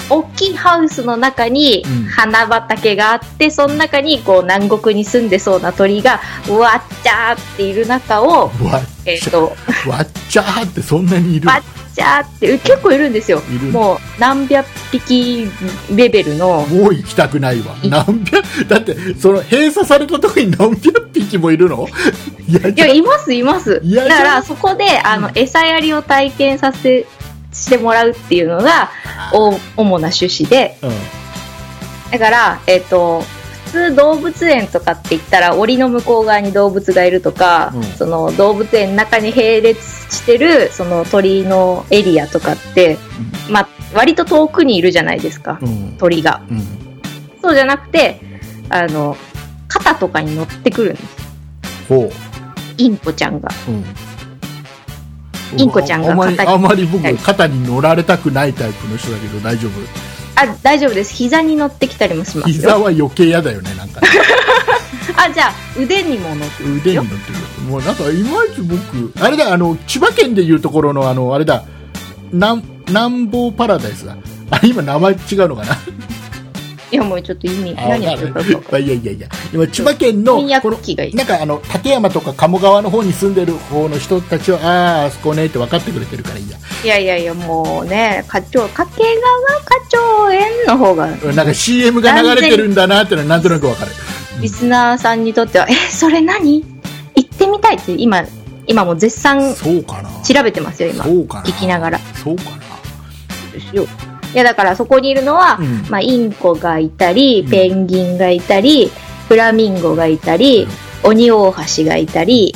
S3: 大きいハウスの中に
S2: うん
S3: 花畑があって、その中にこう南国に住んでそうな鳥が、うわっちゃーっている中を、
S2: うんわっ
S3: えっ、
S2: ちゃ
S3: と、
S2: わっちゃーってそんなにいる
S3: わっちゃーって、結構いるんですよ
S2: いる。
S3: もう何百匹レベルの、
S2: もう行きたくないわ。何百、だって、その閉鎖されたとこに何百匹もいるのいや、
S3: いや、います、います。
S2: いや
S3: だから、
S2: じ
S3: そこで、あ
S2: う
S3: の
S2: ん、
S3: 餌やりを体験させ、してもらうっていうのが、お、主な趣旨で。
S2: うん。
S3: だから、えっ、と、普通動物園とかって言ったら、檻の向こう側に動物がいるとか、
S2: うん
S3: その動物園の中に並列してる、その鳥のエリアとかって、まあ、割と遠くにいるじゃないですか、
S2: うん。
S3: 鳥が。
S2: うん。
S3: そうじゃなくて、あの、肩とかに乗ってくるんです。
S2: ほ
S3: インコちゃんが。
S2: う。うん。
S3: インコちゃんが
S2: ああまり、
S3: 肩に
S2: あまり僕
S3: はい、
S2: 肩に乗られたくないタイプの人だけど大丈夫。
S3: あ、あ、大丈夫です。膝に乗ってきたりもします
S2: 膝
S3: よ。
S2: は余計嫌だよねなんかね
S3: あ、じゃあ、腕にも乗ってます
S2: 腕に乗
S3: よ
S2: っ。てるもうなんかいまいち僕あれだあの千葉県でいうところのあのあれだ南南方パラダイスだあ今名前違うのかない
S3: や、もうちょっと意味、
S2: あ
S3: 何言ってるか分かん
S2: ま
S3: な
S2: あ
S3: い。
S2: いやいやいや今千葉県の
S3: 翻
S2: この
S3: 訳機がいい。
S2: なんかあの立山とか鴨川の方に住んでる方の人たちはああーあそこねって分かってくれてるからいいや
S3: いやいやいや、もうね、課長、掛川課長園の方が、
S2: なんか CM が流れてるんだなってのはなんとなく分かる
S3: リスナーさんにとっては、え、それ何行ってみたいって、今、今もう絶賛
S2: そうかな
S3: 調べてますよ、今。
S2: そうかな
S3: 聞きながら。
S2: そうか
S3: いや、だからそこにいるのは、
S2: なうん
S3: まあ、インコがいたり
S2: うん、
S3: ペンギンがいたり、フラミンゴがいたり、鬼大橋がいたり、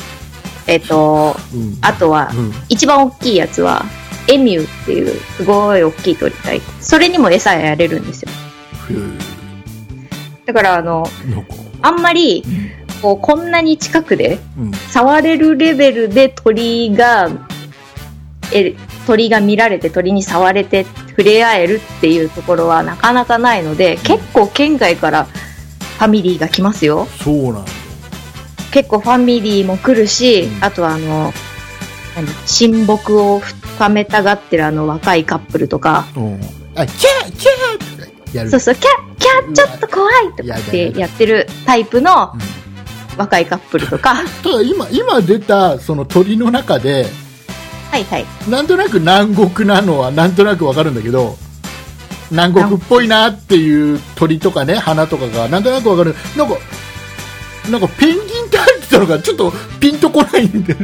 S3: えっと、
S2: うん
S3: あとは、
S2: うん
S3: 一番大きいやつは、エミューっていう、すごい大きい鳥がいて、それにも餌やれるんですよ。
S2: ふう
S3: だから、あの、
S2: なんか
S3: あんまり、
S2: う
S3: こう、こんなに近くで、
S2: んうん
S3: 触れるレベルで鳥が、え、鳥が見られて、鳥に触れて、触れ合えるっていうところはなかなかないので、結構県外からファミリーが来ますよ。
S2: そうなんだ
S3: 結構ファミリーも来るし、
S2: うん
S3: あとはあの、何親睦を深めたがってるあの若いカップルとか、
S2: うんあキャーキャーとかやる
S3: そうそう、キャッ、キャッ、ちょっと怖いとかっ
S2: やだや
S3: て
S2: だ
S3: やってるタイプの
S2: うん
S3: 若いカップルと か、
S2: ただ今今出たその鳥の中で
S3: はいはい。
S2: なんとなく南国なのはなんとなくわかるんだけど南国っぽいなっていう鳥とかね花とかがなんとなくわかるなんかなんかペンギンって入ってたのがちょっとピンとこないんで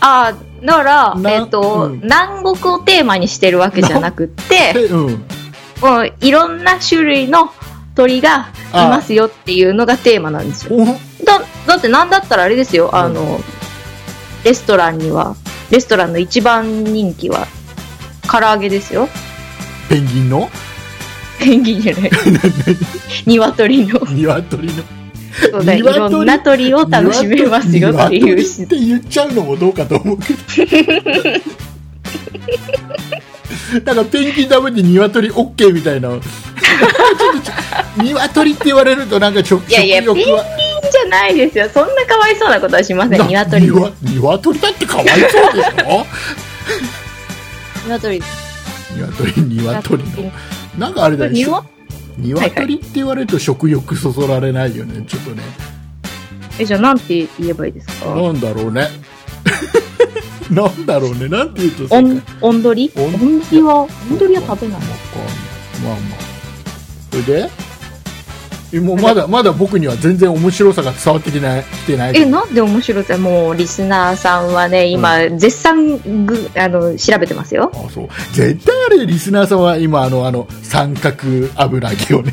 S3: ああ、だから、
S2: な
S3: えっと、
S2: うん
S3: 南国をテーマにしてるわけじゃなくって、
S2: うん
S3: もういろんな種類の鳥がいますよっていうのがテーマなんですよ。
S2: ほん
S3: だだってなんだったらあれですよ、
S2: ん
S3: あのレストランにはレストランの一番人気は唐揚げですよ
S2: ペンギンの
S3: ペンギンじゃない鶏の
S2: 鶏の
S3: そうだい
S2: 鶏
S3: ろんな鳥を楽しめますよっていう
S2: 鶏って言っちゃうのもどうかと思うけどなんかペンギン食べて鶏 OK みたいなちょっとちょ鶏って言われるとなんか食
S3: いやいや
S2: 食欲はい
S3: いんじゃないですよそんなかわいそうなことはしません鶏
S2: な鶏鶏だってかわいそうでし ょ
S3: 鶏
S2: 鶏鶏のなんかあれだねしょ鶏って言われると食欲そそられないよねちょっとね
S3: えじゃあなんて言えばいいですか
S2: なんだろうね なんだろうねなんて言うと
S3: おんおんどり
S2: お
S3: お
S2: ん
S3: んどりはおんどりは食べない
S2: わかんないまあまあそれでえもうまだまだ僕には全然面白さが伝わってきないきてない
S3: えなんで面白いってもうリスナーさんはね今絶賛ぐあの調べてます よ
S2: あそう絶対あれリスナーさんは今あのあの三角油揚げをね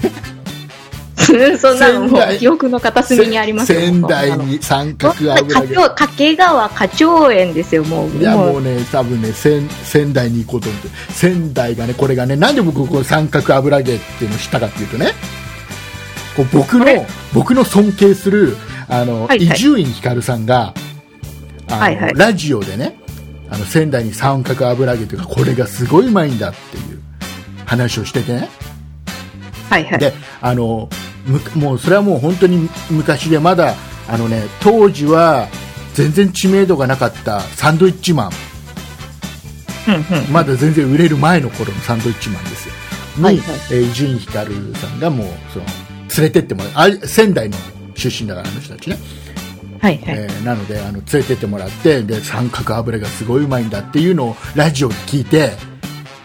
S3: そんなの
S2: 仙
S3: も
S2: 台
S3: う記憶の片隅にありますよ。
S2: 仙
S3: もうそん
S2: 台
S3: なの
S2: に三
S3: もう
S2: 角油揚げ
S3: か掛川花鳥園ですよ、もう。
S2: いやも
S3: も
S2: う
S3: う
S2: ね多分ね仙仙台に行こうと思って仙台がねこれがねなんで僕この三角油揚げっていうのを知ったかっていうとねこう僕
S3: あ
S2: の
S3: れ
S2: 僕の尊敬するあの
S3: はい
S2: 伊
S3: はい
S2: 集院光さんがあの
S3: はいはい
S2: ラジオでねあの仙台に三角油揚げというかこれがすごいうまいんだっていう話をしててね
S3: はいはい。
S2: であのむもうそれはもう本当に昔でまだあの、ね、当時は全然知名度がなかったサンドイッチマ
S3: う
S2: ン
S3: んうん。
S2: まだ全然売れる前の頃のサンドイッチマンですよ。に
S3: はいはい
S2: えー伊集院光さんがもうその連れてってもらうあ仙台の出身だからあの人たちね、
S3: はいはい。
S2: えーなのであの連れてってもらってで三角油がすごいうまいんだっていうのをラジオで聞いて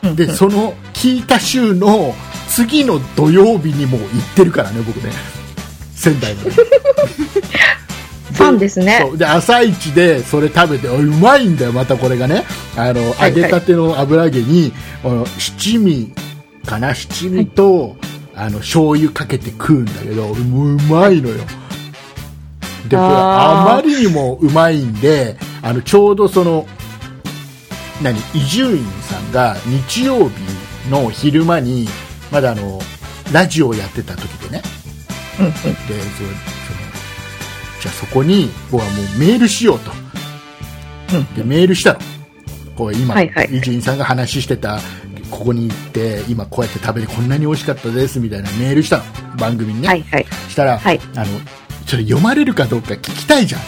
S3: うんうん
S2: でその聞いた週の次の土曜日にもう行ってるからね僕ね仙台まで
S3: ファンですね
S2: そ。うで朝一でそれ食べておいうまいんだよまたこれがねあの
S3: はい
S2: 揚げたての油揚げに、あの七味かな七味と、あの醤油かけて食うんだけどもううまいのよでこれ
S3: あー
S2: あまりにもうまいんであのちょうどその何伊集院さんが日曜日の昼間にまだあのラジオをやってた時でね
S3: うんうん。
S2: でそそのじゃあそこに僕はもうメールしようと、
S3: うん
S2: でメールしたのこう今
S3: はいはい
S2: 伊集院さんが話してたここに行って今こうやって食べてこんなに美味しかったですみたいなメールしたの番組にね、
S3: はいはい。
S2: したら、
S3: はい
S2: あのそれ読まれるかどうか聞きたいじゃん、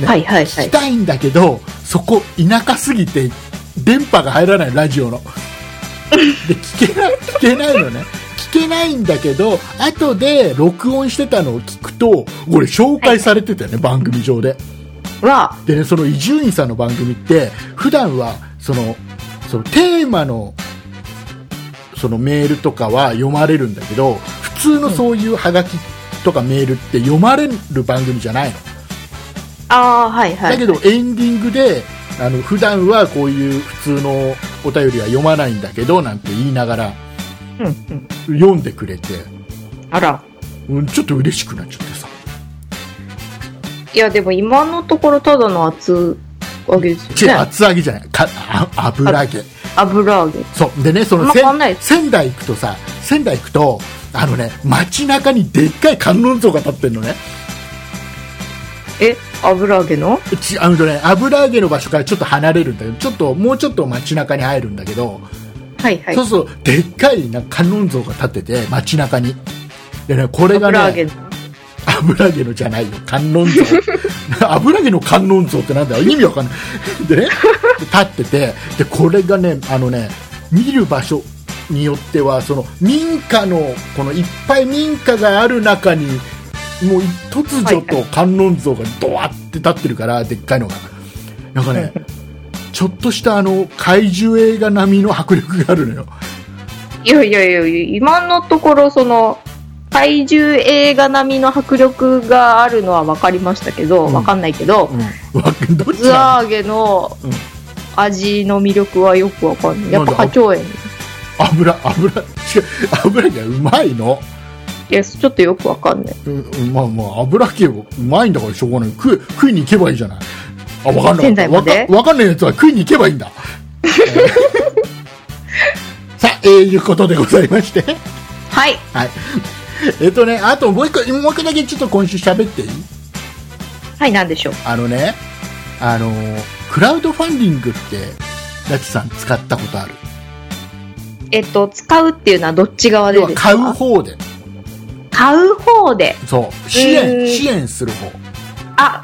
S2: ね
S3: はいはいは
S2: 聞き
S3: い。
S2: たいんだけどそこ田舎すぎて電波が入らないラジオので聞けない聞けないのね聞けないんだけど後で録音してたのを聞くとこれ紹介されてたよね、番組上で
S3: は、
S2: でねその伊集院さんの番組って普段はそのそのテーマのそのメールとかは読まれるんだけど普通のそういうハガキとかメールって読まれる番組じゃないの、
S3: ああ、はいはい。
S2: だけどエンディングであの普段はこういう普通のお便りは読まないんだけどなんて言いながら
S3: うんうん。
S2: 読んでくれて、
S3: あら。
S2: うん、ちょっと嬉しくなっちゃってさ
S3: いや、でも今のところただの厚揚げです
S2: 違う
S3: よね。
S2: 厚揚げじゃないかあ油揚げ
S3: 油揚げ。
S2: そう。でね、その、
S3: まあ
S2: せん
S3: 変わんないです
S2: 仙台行くとさ、仙台行くと、あのね、街中にでっかい観音像が立ってんのね。
S3: え、油揚げの
S2: ちあのね、油揚げの場所からちょっと離れるんだけど、ちょっと、もうちょっと街中に入るんだけど、
S3: はいはい
S2: そう。すると、でっかいな観音像が立ってて、街中に。でね、これがね、
S3: 油揚げの。
S2: 油揚げのじゃないよ観音像 油揚げの観音像ってなんだよ意味わかんない でね立っててでこれがねあのね見る場所によってはその民家のこのいっぱい民家がある中にもう突如と観音像がドワって立ってるからでっかいのがなんか ねちょっとしたあの怪獣映画並みの迫力があるのよ
S3: いやいやいやいや、今のところその、怪獣映画並みの迫力があるのは分かりましたけど、
S2: うん
S3: 分かんないけど、
S2: うんわどっち
S3: 厚
S2: だ
S3: 揚げの
S2: うん
S3: 味の魅力はよく分かんない。やっぱ
S2: なんだ
S3: 花鳥園。
S2: 油油違う油揚げはうまいの
S3: いや、ちょっとよく分かんない。
S2: うんうんまあまあ油揚げうまいんだからしょうがない食え食いに行けばいいじゃないあわかんない
S3: 仙台まで
S2: わかわかんないやつは食いに行け ばいいんだえーさあ、えー、いうことでございまして
S3: はい。
S2: はいえっとねあともう一個もう一個だけちょっと今週喋っていい
S3: はい、なんでしょう。
S2: あのねあのークラウドファンディングってラチさん使ったことある
S3: えっと、使うっていうのはどっち側で
S2: 要
S3: で
S2: は
S3: す
S2: 買
S3: か
S2: う方で
S3: 買う方で。
S2: そう支援、
S3: えー
S2: 支援する方
S3: あ、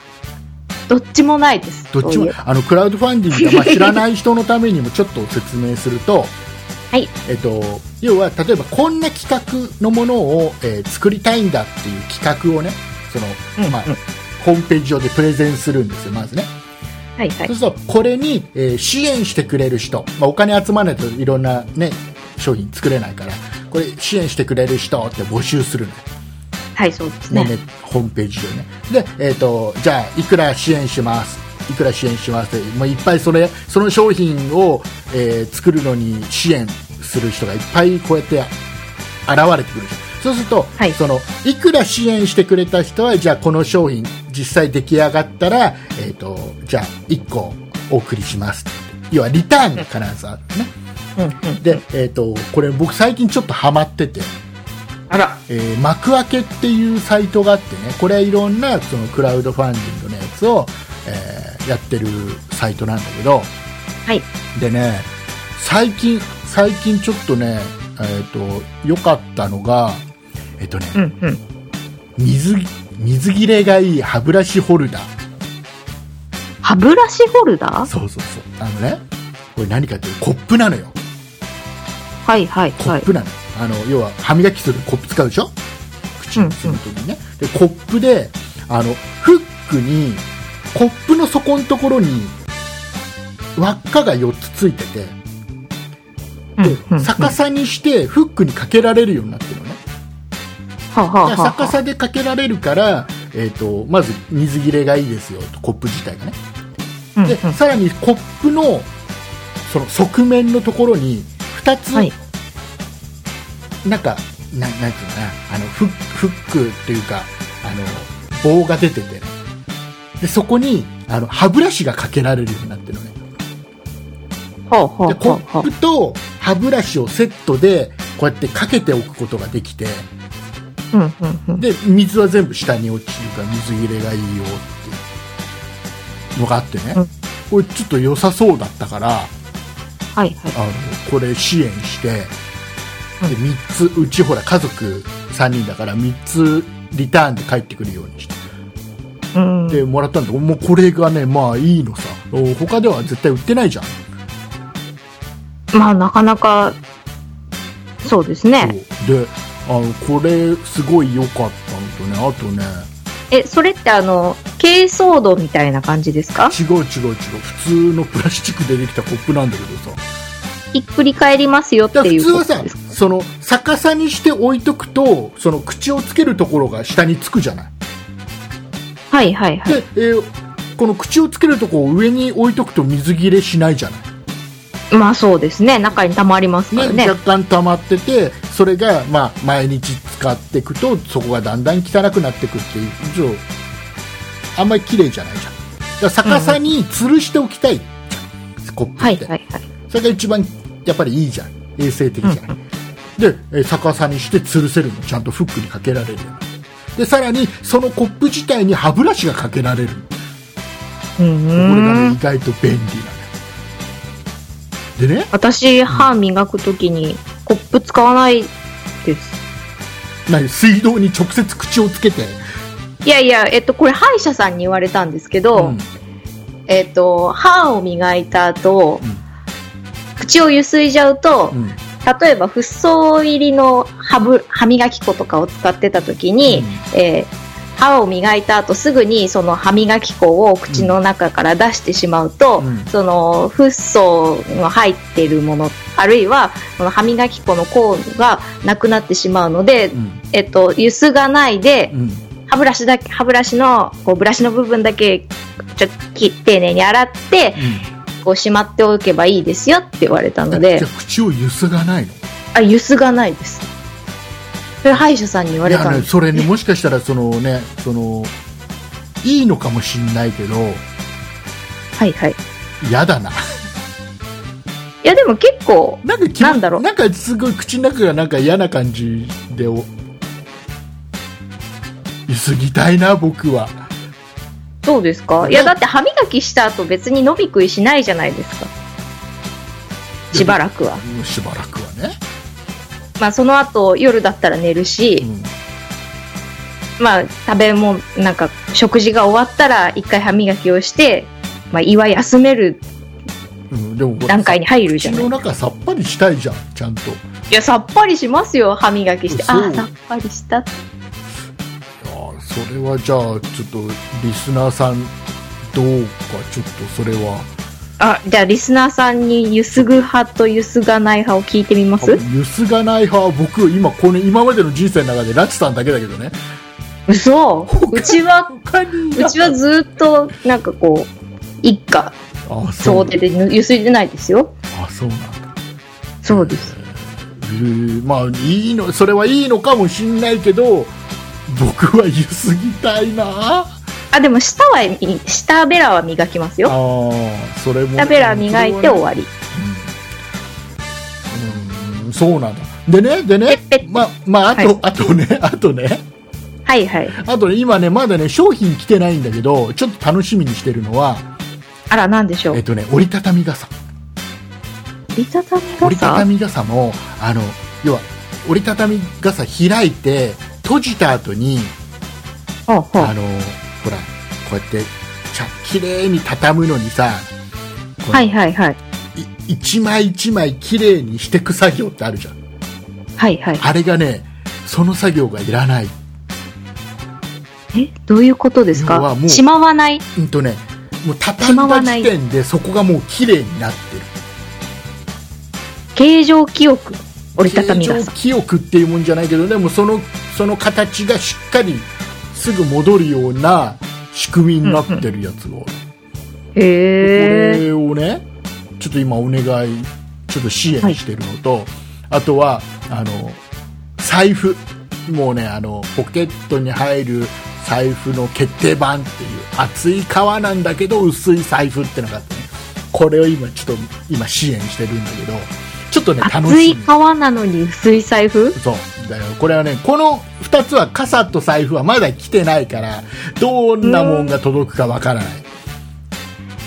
S3: どっちもないです。
S2: どっち
S3: そう
S2: も
S3: いえば
S2: あのクラウドファンディングが、まあ、知らない人のためにもちょっと説明すると、
S3: はい
S2: えっと、要は例えばこんな企画のものを、えー作りたいんだっていう企画をねその、
S3: うん
S2: まあ
S3: うん
S2: ホームページ上でプレゼンするんですよ、まずね。
S3: はいはい
S2: そう。すると、これに、えー支援してくれる人、まあ、お金集まらないといろんな、ね、商品作れないから、これ支援してくれる人って募集するのよ。
S3: はい、そうです
S2: ね
S3: ね。
S2: ね、ホームページ上ね。で、えっ、と、じゃあ、いくら支援します。いくら支援しますって、もういっぱいそれ、その商品を、えー作るのに支援する人がいっぱいこうやって現れてくるじゃん。そうすると、
S3: はい
S2: い、その、いくら支援してくれた人は、じゃあこの商品、実際出来上がったら、えっ、と、じゃあ1個お送りしますって。要はリターンが必ずあるのね。
S3: うんうん。
S2: で、えっ、と、これ僕最近ちょっとハマってて、
S3: あら。
S2: えー幕開けっていうサイトがあってねこれいろんなそのクラウドファンディングのやつを、えーやってるサイトなんだけど
S3: はい。
S2: でね最近最近ちょっとねえっ、と良かったのがえっ、とね、
S3: うんうん。
S2: 水水切れがいい歯ブラシホルダー
S3: 歯ブラシホルダー
S2: そうそうそうあのねこれ何かっていうとコップなのよ
S3: はいはい
S2: コ
S3: はい
S2: ッ。プなの,、あの要は歯磨きするコップ使うでしょ口にするときにね、でコップであのフックにコップの底のところに輪っかが4つついてて
S3: うん
S2: で
S3: うんうん
S2: 逆さにしてフックにかけられるようになってるのね
S3: はあはあ
S2: だ
S3: は
S2: か
S3: あ
S2: ら逆さでかけられるから、えー、とまず水切れがいいですよとコップ自体がね
S3: うんうん
S2: でさらにコップのその側面のところに2つ、
S3: はい
S2: なんかななんていうのかなあのフッフックっていうかあの棒が出ててでそこにあの歯ブラシがかけられるようになってるのね
S3: はあはあ
S2: でコ
S3: はあ
S2: ッ
S3: は
S2: プと歯ブラシをセットでこうやってかけておくことができて
S3: あ。うんうんうん。
S2: で水は全部下に落ちるから水入れがいいよっていうのがあってね
S3: うん
S2: これちょっと良さそうだったから
S3: はいはい。
S2: あのこれ支援してで3つうちほら家族3人だから3つリターンで帰ってくるようにして
S3: うん。
S2: でもらったんだけどもうこれがねまあいいのさお他では絶対売ってないじゃん
S3: まあ、なかなか、そうですね。
S2: そうであのこれすごい良かったのとねあとね
S3: え、それってあの、軽装土みたいな感じですか
S2: 違う違う違う普通のプラスチックでできたコップなんだけどさ
S3: ひっくり返りますよって
S2: だから
S3: い
S2: 普
S3: う
S2: 通
S3: こ
S2: は
S3: と
S2: さ
S3: ですか
S2: その逆さにして置いとくとその口をつけるところが下につくじゃない
S3: はいはいはい。
S2: で、えーこの口をつけるとこを上に置いとくと水切れしないじゃない
S3: まあそうですね。中に溜まりますから
S2: ね、
S3: ね。
S2: 若干溜まっててそれが、まあ、毎日使っていくとそこがだんだん汚くなっていくっていう以上あんまり綺麗じゃないじゃんだから逆さに吊るしておきたいじゃんコップって、
S3: はいはいはい。
S2: それが一番やっぱりいいじゃん衛生的じゃない、でえー逆さにして吊るせるのちゃんとフックにかけられるでさらにそのコップ自体に歯ブラシがかけられる
S3: う
S2: これが
S3: ー
S2: ね
S3: ん
S2: 意。外と便利なのでね
S3: 私、歯磨くときにコップ使わないです。
S2: 何水道に直接口をつけて、
S3: いやいや、えっと、これ歯医者さんに言われたんですけど、
S2: うん
S3: えっと、歯を磨いた後、
S2: うん
S3: 口をゆすいじゃうと、
S2: うん
S3: 例えば、フッ素入りの歯ぶ歯磨き粉とかを使ってたときに、えー歯を磨いた後すぐにその歯磨き粉を口の中から出してしまうと、
S2: うん
S3: そのフッ素の入っているものあるいはその歯磨き粉の効果がなくなってしまうので、
S2: うん
S3: えっと、ゆすがないで
S2: うん
S3: 歯ブラシだけ歯ブラシのこうブラシの部分だけちょっとき丁寧に洗ってこうしまっておけばいいですよって言われたので
S2: じゃあ口をゆすがないの
S3: あゆすがないですそれ歯医者さんに言わ
S2: い
S3: れ
S2: や
S3: たん
S2: ね
S3: です
S2: それにもしかしたらそのねそのいいのかもしんないけど
S3: はいはい
S2: 嫌だない
S3: やでも結構
S2: なんか気持ち
S3: なんだろう
S2: なんかすごい口の中がなんか嫌な感じでおゆすぎたいな僕は
S3: そうですかいや、だって歯磨きした後別に飲み食いしないじゃないですか。しばらくは。
S2: うんしばらくはね、
S3: まあ、その後夜だったら寝る
S2: う
S3: し、
S2: ん
S3: まあ、食べ物、なんか、食事が終わったら一回歯磨きをして、まあ、胃は休める
S2: うん、でもこれ
S3: 段階に入るじゃな
S2: 口
S3: い。
S2: の
S3: い
S2: 中さっぱりしたいじゃんちゃんと
S3: や、さっぱりしますよ、歯磨きして。
S2: そう
S3: ああ、さっぱりした。
S2: あーそれはじゃあちょっとリスナーさんどうかちょっとそれは
S3: あ、じゃあ、リスナーさんにゆすぐ派とゆすがない派を聞いてみます
S2: ゆすがない派は僕今この今までの人生の中でラチさんだけだけどね
S3: 嘘うちは、
S2: 他に
S3: うちはずっと、なんかこう、一家
S2: あそ
S3: 総
S2: う
S3: 出でゆすいでないですよ。
S2: あそうなんだ、
S3: そうです。
S2: えーまあいいのそれはいいのかもしんないけど僕はゆすぎたいなあ
S3: あ、でも舌は、舌ベラは磨きますよ。
S2: ーそれも
S3: 舌ベラ磨いて終わり。
S2: うん、うんそうなんだでねで ね
S3: ペッペッ
S2: まあまああと、
S3: はい
S2: あとね あとね
S3: はいはい。
S2: あとね、今ね、まだね、商品来てないんだけど、ちょっと楽しみにしてるのは、
S3: あら、なんでしょう
S2: えっ。とね、折りたたみ傘。
S3: 折りたたみ
S2: 折りたた
S3: 傘
S2: み傘も、あの、要は、折りたたみ傘開いて、閉じた後に、
S3: ほうほう
S2: あの、ほら、こうやって、ちゃ、綺麗に畳むのにさ、この
S3: はいはいはい。
S2: い一枚一枚綺麗にしてく作業ってあるじゃん。
S3: はいはい。
S2: あれがね、その作業がいらない。
S3: え、どういうことです
S2: 要は
S3: か
S2: もう
S3: しまわない
S2: うんとね、もう畳ん
S3: しまわ
S2: だ
S3: ない
S2: 時点でそこがもう綺麗になってる。
S3: 形状記憶。折りたたみ
S2: 形
S3: 傘
S2: 状。記憶っていうもんじゃないけどでもそのその形がしっかりすぐ戻るような仕組みになってるやつを、こ
S3: へえ。
S2: れをねちょっと今お願いちょっと支援してるのと、あとはあの財布もうねあのポケットに入る財布の決定版っていう厚い皮なんだけど薄い財布ってのがあってねこれを今ちょっと今支援してるんだけどちょっとね楽
S3: 厚
S2: し
S3: い
S2: み
S3: 皮なのに薄い財布
S2: そうだよこれはねこの2つは傘と財布はまだ来てないからどんなもんが届くかわからない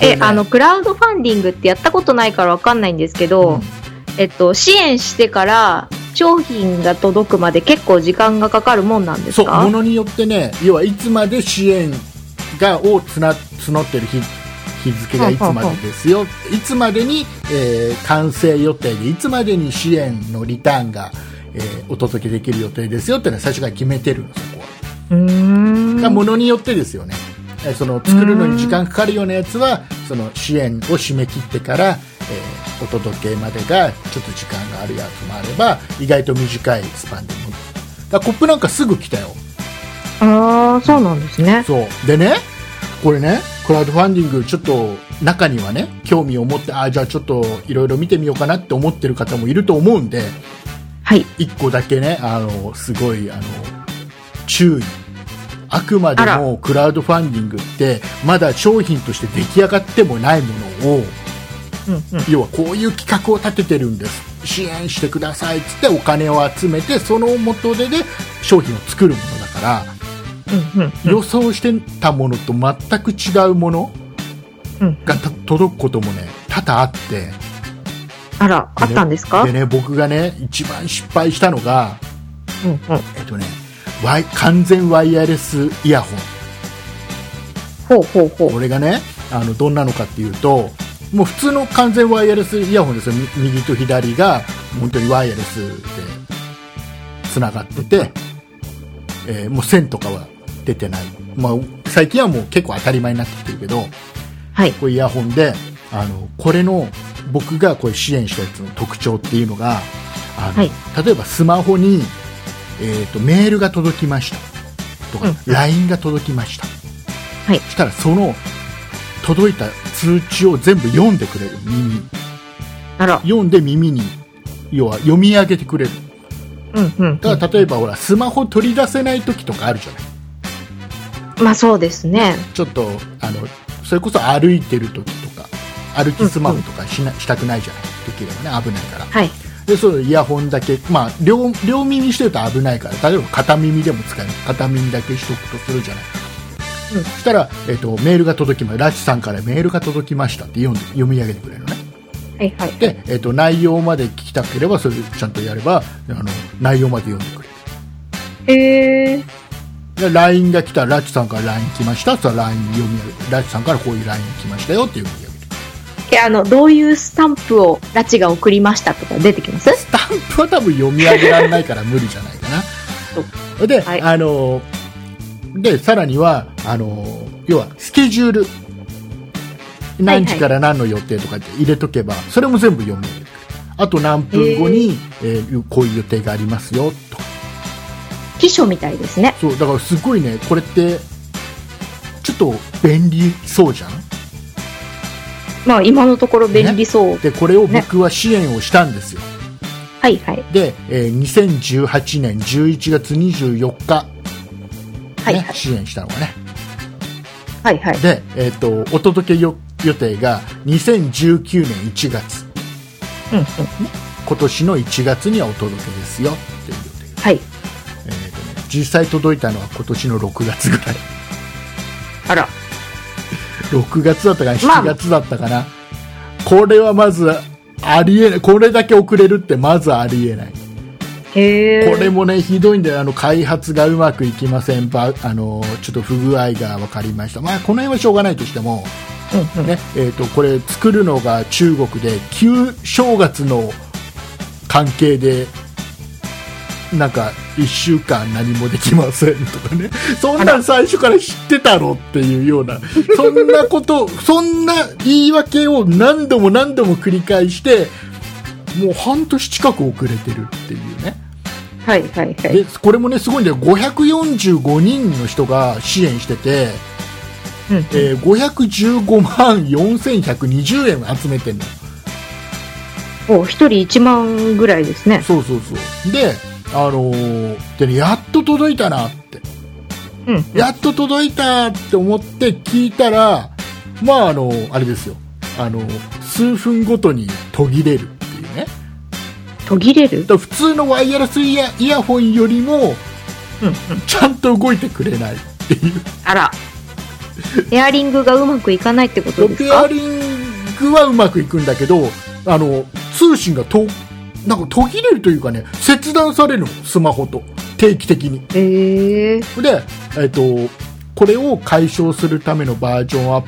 S3: え、あの、クラウドファンディングってやったことないからわかんないんですけど、
S2: うん
S3: えっと、支援してから商品が届くまで結構時間がかかるもんなんです
S2: そう
S3: か
S2: ものによってね要はいつまで支援がをつな募ってる日日付がいつまでですよ、いつまでに、えー完成予定でいつまでに支援のリターンが、えーお届けできる予定ですよっていうのは最初から決めてるのそこは
S3: うーん。
S2: がものによってですよね、えーその作るのに時間かかるようなやつはその支援を締め切ってから、えーお届けまでがちょっと時間があるやつもあれば意外と短いスパンでもだからコップなんかすぐ来たよ
S3: ああ、そうなんですね。
S2: そうでねこれねクラウドファンディングちょっと中にはね興味を持ってあーじゃあちょっといろいろ見てみようかなって思ってる方もいると思うんで
S3: はい。
S2: 1個だけねあのすごいあの注意あくまで
S3: あ
S2: もクラウドファンディングってまだ商品として出来上がってもないものを
S3: うんうん。
S2: 要はこういう企画を立ててるんです支援してくださいっつってお金を集めてその元手で商品を作るものだから
S3: うんうん
S2: 予想してたものと全く違うもの
S3: うん
S2: がた届くこともね多々あって
S3: あら、あったんですか
S2: でね僕がね一番失敗したのが
S3: うんうん。
S2: えっとねワイ完全ワイヤレスイヤホン
S3: ほうほうほう。
S2: これがねあのどんなのかっていうともう普通の完全ワイヤレスイヤホンですよみ右と左が本当にワイヤレスでつながってて、えーもう線とかは出てない、まあ、最近はもう結構当たり前になってきてるけど、
S3: はい。
S2: こうイヤホンであのこれの僕がこれ支援したやつの特徴っていうのがあの、
S3: はい
S2: 例えばスマホに、えー、とメールが届きましたとか、
S3: うん
S2: LINE が届きました、
S3: はい
S2: そしたらその届いた通知を全部読んでくれる耳
S3: あら。
S2: 読んで耳に要は読み上げてくれる
S3: うんうん。
S2: だから例えばほらスマホ取り出せない時とかあるじゃない
S3: まあそうですね。
S2: ちょっとあのそれこそ歩いてる時とか歩きスマホとかしな、したくないじゃないできればね危ないから
S3: はい。
S2: でそのイヤホンだけ、まあ、両両耳してると危ないから例えば片耳でも使える片耳だけしとくとするじゃない、
S3: うん
S2: そしたら、えっとメールが届きましたラチさんからメールが届きましたって読んで読み上げてくれるのね
S3: はいはい。
S2: で、えっと内容まで聞きたければそれちゃんとやればあの内容まで読んでくれる
S3: へえ。
S2: で LINE が来たらラチさんから LINE 来ましたそしたら LINE 読み上げてラチさんからこういう LINE 来ましたよって読み上げて
S3: え、あの、どういうスタンプを拉致が送りましたとか出てきます
S2: スタンプは多分読み上げられないから無理じゃないかな。で、
S3: はい
S2: あのーでさらにはあのー要はスケジュール何時から何の予定とかって入れとけば、それも全部読み上げるあと何分後に、えーこういう予定がありますよとか
S3: 秘書みたいですね。
S2: そうだからすごいねこれってちょっと便利そうじゃん
S3: まあ今のところ便利そう。
S2: でこれを僕は支援をしたんですよ、
S3: はいはい。
S2: で、えー2018年11月24日、
S3: はい
S2: ね
S3: はい。
S2: 支援したのがね
S3: はいはい。
S2: で、えっとお届けよ予定が2019年1月
S3: うんうん。
S2: 今年の1月にはお届けですよっていう予定、
S3: はい。
S2: えーとね、実際届いたのは今年の6月ぐらい
S3: あら。
S2: 6月だったかな
S3: まあ
S2: 7月だったかな、これはまずありえないこれだけ遅れるってまずありえない
S3: へえ。
S2: これもねひどいんだよあの開発がうまくいきませんばあのちょっと不具合が分かりました、まあ、この辺はしょうがないとしても、
S3: うんうん。
S2: ねえー、とこれ作るのが中国で旧正月の関係でなんか1週間何もできませんとかね そんなん最初から知ってたろっていうようなそんなこと そんな言い訳を何度も何度も繰り返してもう半年近く遅れてるっていうね
S3: はいはいはい。
S2: でこれもねすごいんだよ545人の人が支援してて。
S3: うんうん。
S2: えー、515万4120円集めてんの
S3: お、一人一万ぐらいですね。
S2: そうそうそうであのーでねやっと届いたなって
S3: うん。
S2: やっと届いたって思って聞いたらまああのーあれですよあのー数分ごとに途切れるっていうね
S3: 途切れる
S2: だから普通のワイヤレスイヤイヤホンよりも
S3: うんうん。
S2: ちゃんと動いてくれないっていう
S3: あら。ペアリングがうまくいかないってことです
S2: ペア
S3: か
S2: リングはうまくいくんだけどあの通信がとなんか途切れるというかね切断されるのスマホと定期的に
S3: へえー、
S2: で、えっとこれを解消するためのバージョンアッ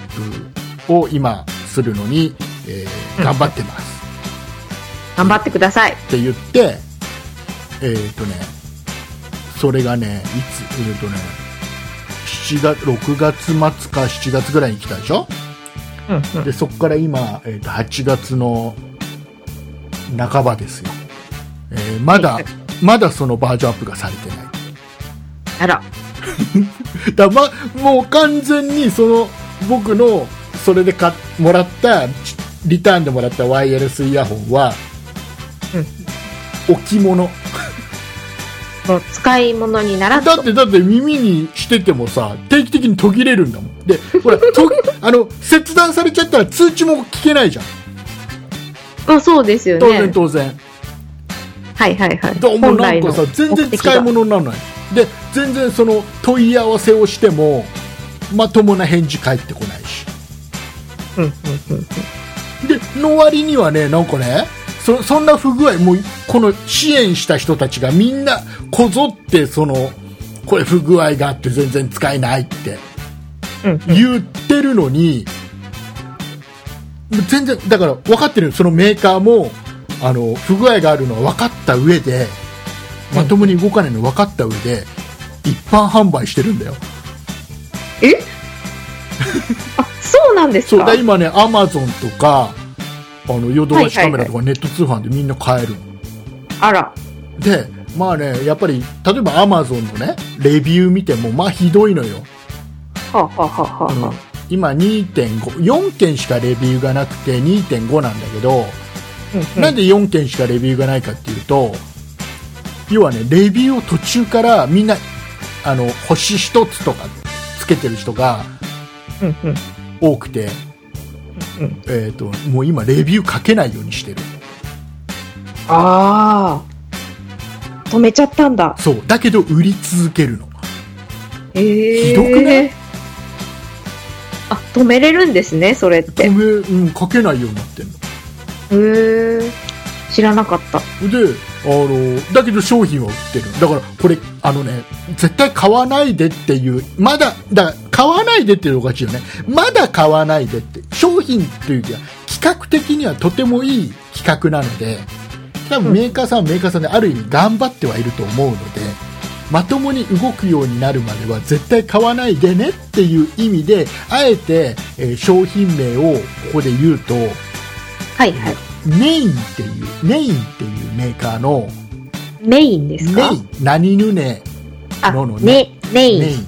S2: プを今するのに、えー
S3: うん
S2: 頑張ってます
S3: 頑張ってください
S2: って言ってえっ、とねそれがねいつえっ、とね7月6月末か7月ぐらいに来たでしょ
S3: うんうん
S2: でそこから今、えーと8月の半ばですよ、えーまだ
S3: はい
S2: まだそのバージョンアップがされてない
S3: あら
S2: だからま、もう完全にその僕のそれで買っもらったちリターンでもらったワイヤレスイヤホンは、置物
S3: もう使い物にならん
S2: だ
S3: と
S2: ってだって耳にしててもさ定期的に途切れるんだもんでほらとあの切断されちゃったら通知も聞けないじゃん
S3: まあそうですよ
S2: 当然
S3: ね
S2: 当然
S3: はいはいはい
S2: どうも
S3: 本
S2: な
S3: 来
S2: んか
S3: の
S2: さ全然
S3: 目的が
S2: 使い物にならないで全然その問い合わせをしてもまともな返事返ってこないし
S3: うんうんうんうん
S2: での割にはねなんかねそそんな不具合もうこの支援した人たちがみんなこぞってそのこれ不具合があって全然使えないって
S3: うん
S2: 言ってるのに全然だから分かってるそのメーカーもあの不具合があるのは分かった上でまともに動かないの分かった上で一般販売してるんだよ
S3: え あそうなんです
S2: そう
S3: か
S2: だ今ねアマゾンとかあのヨドバシカメラとかネット通販でみんな買えるの
S3: あら
S2: でまあねやっぱり例えばアマゾンのねレビュー見てもまあひどいのよ、
S3: はあはあはあはあ
S2: あの今2.54件しかレビューがなくて2.5なんだけど、
S3: うんうん
S2: なんで4件しかレビューがないかっていうと要はねレビューを途中からみんなあの星1つとかつけてる人が
S3: うんうん
S2: 多くて、
S3: うんうん
S2: えー、ともう今レビュー書けないようにしてる
S3: ああ止めちゃったんだ
S2: そうだけど売り続けるの
S3: ええ
S2: ひどくない
S3: あ止めれるんですねそれってへ
S2: 止め、うん、書けないようになってるの
S3: え知らなかった
S2: であのだけど商品は売ってるだからこれあのね絶対買わないでっていうまだだから買わないでっていうのがおかしいよねまだ買わないでって商品というか企画的にはとてもいい企画なので多分メーカーさんはメーカーさんである意味頑張ってはいると思うのでまともに動くようになるまでは絶対買わないでねっていう意味であえて、えー商品名をここで言うと
S3: はいはい
S2: メインっていうメインっていうメーカーの
S3: メインです
S2: メ
S3: か
S2: イン何ぬね
S3: あ
S2: のの
S3: ねメイン
S2: メイン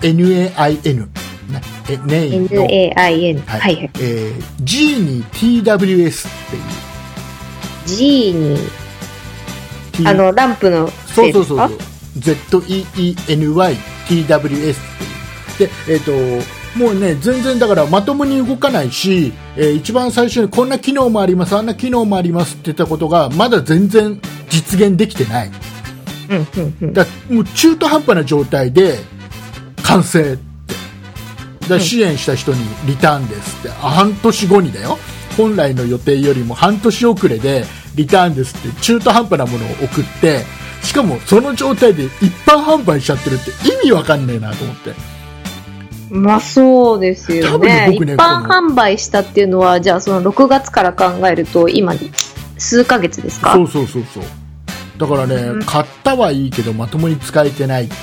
S2: NAIN ねえメインの、え
S3: NAIN はいはい
S2: ー、G に TWS っていう
S3: G に
S2: T
S3: あのランプの
S2: そうそうそう
S3: せいですか
S2: そう ZEENYTWS っていうでえっ、ともうね全然だからまともに動かないし、えー一番最初にこんな機能もありますあんな機能もありますって言ったことがまだ全然実現できてない
S3: うんうんうん
S2: だからもう中途半端な状態で完成ってだから支援した人にリターンですって、あ半年後にだよ本来の予定よりも半年遅れでリターンですって中途半端なものを送ってしかもその状態で一般販売しちゃってるって意味わかんねえなと思って
S3: まあそうですよ
S2: 多分ね
S3: ね
S2: 僕ね
S3: 一般販売したっていうのはじゃあその6月から考えると今数ヶ月ですか
S2: そうそうそうそうだからね、
S3: うん
S2: 買ったはいいけどまともに使えてないっていう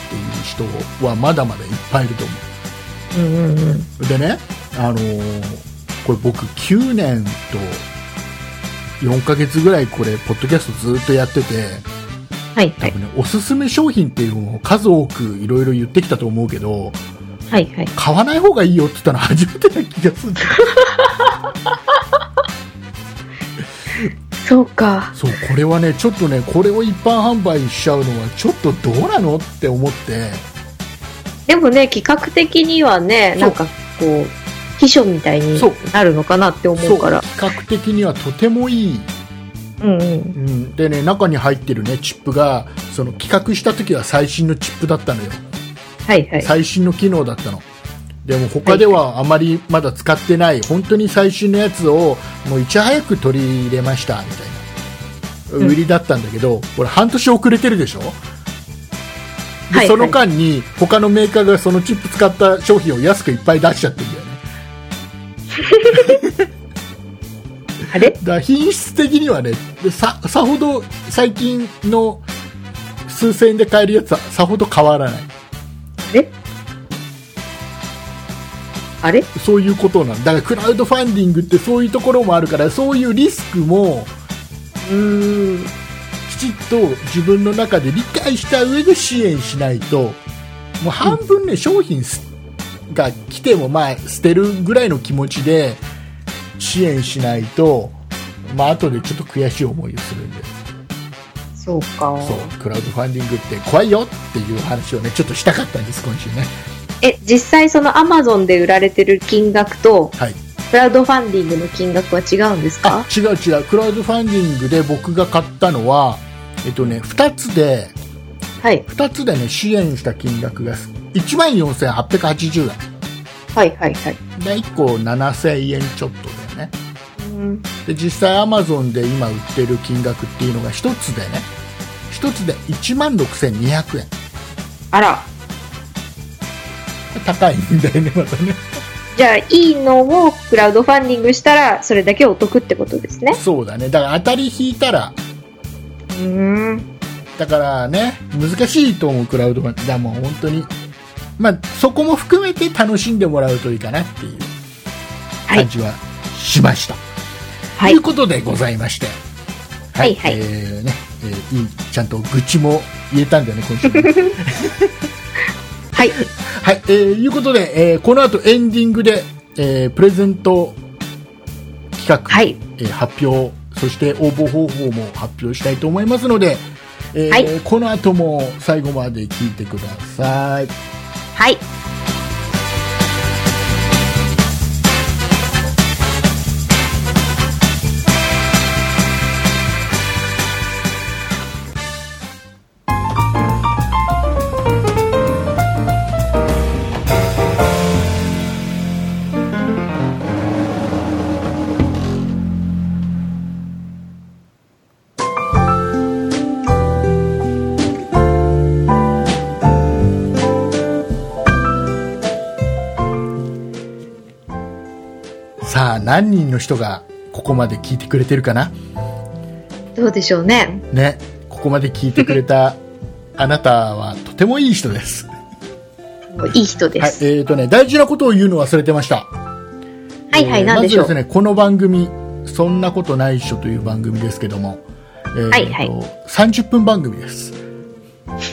S2: 人はまだまだいっぱいいると思う
S3: うんうんうん
S2: でね、あのーこれ僕9年と4ヶ月ぐらいこれ、ポッドキャストずっとやってて、
S3: はいは
S2: 多
S3: い
S2: 分ね、おすすめ商品っていうのを数多くいろいろ言ってきたと思うけど、
S3: はいはい
S2: 買わない方がいいよって言ったの初めてな気がする。
S3: そうか
S2: そう、これはね、ちょっとね、これを一般販売しちゃうのはちょっとどうなのって思って、
S3: でもね、企画的にはね、
S2: そ
S3: な
S2: う
S3: んかこう、秘書みたいに
S2: そう
S3: なるのかなって思
S2: そう
S3: うから。
S2: 企画的にはとてもいい
S3: うんうん。
S2: うん、でね中に入ってるねチップがその企画した時は最新のチップだったのよ
S3: はいはい。
S2: 最新の機能だったのでも他ではあまりまだ使ってない、本当に最新のやつをもういち早く取り入れましたみたいな売りだったんだけど、これ半年遅れてるでしょで、
S3: はい
S2: その間に他のメーカーがそのチップ使った商品を安くいっぱい出しちゃってるんだよね
S3: あれ
S2: だから品質的にはねでささほど最近の数千円で買えるやつはさほど変わらない
S3: あれあれ
S2: そういうことなんだからクラウドファンディングってそういうところもあるからそういうリスクも
S3: うん。
S2: きちっと自分の中で理解した上で支援しないともう半分ね、商品すが来てもまあ捨てるぐらいの気持ちで支援しないと、まあ後でちょっと悔しい思いをするんで
S3: そうか。
S2: そうクラウドファンディングって怖いよっていう話をねちょっとしたかったんです今週ね
S3: え、実際そのアマゾンで売られてる金額と、
S2: はい
S3: クラウドファンディングの金額は違うんです
S2: あ
S3: か
S2: 違う違うクラウドファンディングで僕が買ったのはえっとね2つで
S3: はい。
S2: 2つでね支援した金額が1万4880円
S3: はいはいはい。
S2: で1個7000円ちょっとだよね
S3: うん。
S2: で実際アマゾンで今売ってる金額っていうのが1つでね1つで1万6200円
S3: あら。
S2: 高いんだよねまたね
S3: じゃあ、いいのをクラウドファンディングしたら、それだけお得ってことですね。
S2: そうだねだから当たり引いたら
S3: うん。
S2: だからね難しいと思うクラウドファンディングだからもう本当にまあそこも含めて楽しんでもらうといいかなっていう
S3: はい
S2: 感じはしました、
S3: は
S2: とい。
S3: いう
S2: ことでございまして
S3: はいはい
S2: えーねえーいいちゃんと愚痴も言えたんだよね今週ね
S3: はい。
S2: はい、えー、いうことで、えー、この後エンディングで、えー、プレゼント企画、
S3: はい。
S2: えー発表、そして応募方法も発表したいと思いますので、えー
S3: はい
S2: この後も最後まで聞いてください。
S3: はい。
S2: さあ、何人の人がここまで聞いてくれてるかな
S3: どうでしょうね。
S2: ね、ここまで聞いてく れたあなたはとてもいい人です。
S3: いい人で
S2: はい、
S3: す。
S2: えっ、とね、大事なことを言うの忘れてました。
S3: はいはい、
S2: えー
S3: なんでしょ
S2: まず
S3: う。
S2: ですね、この番組、そんなことないっしょという番組ですけども、えー
S3: はいはい
S2: と30分番組です。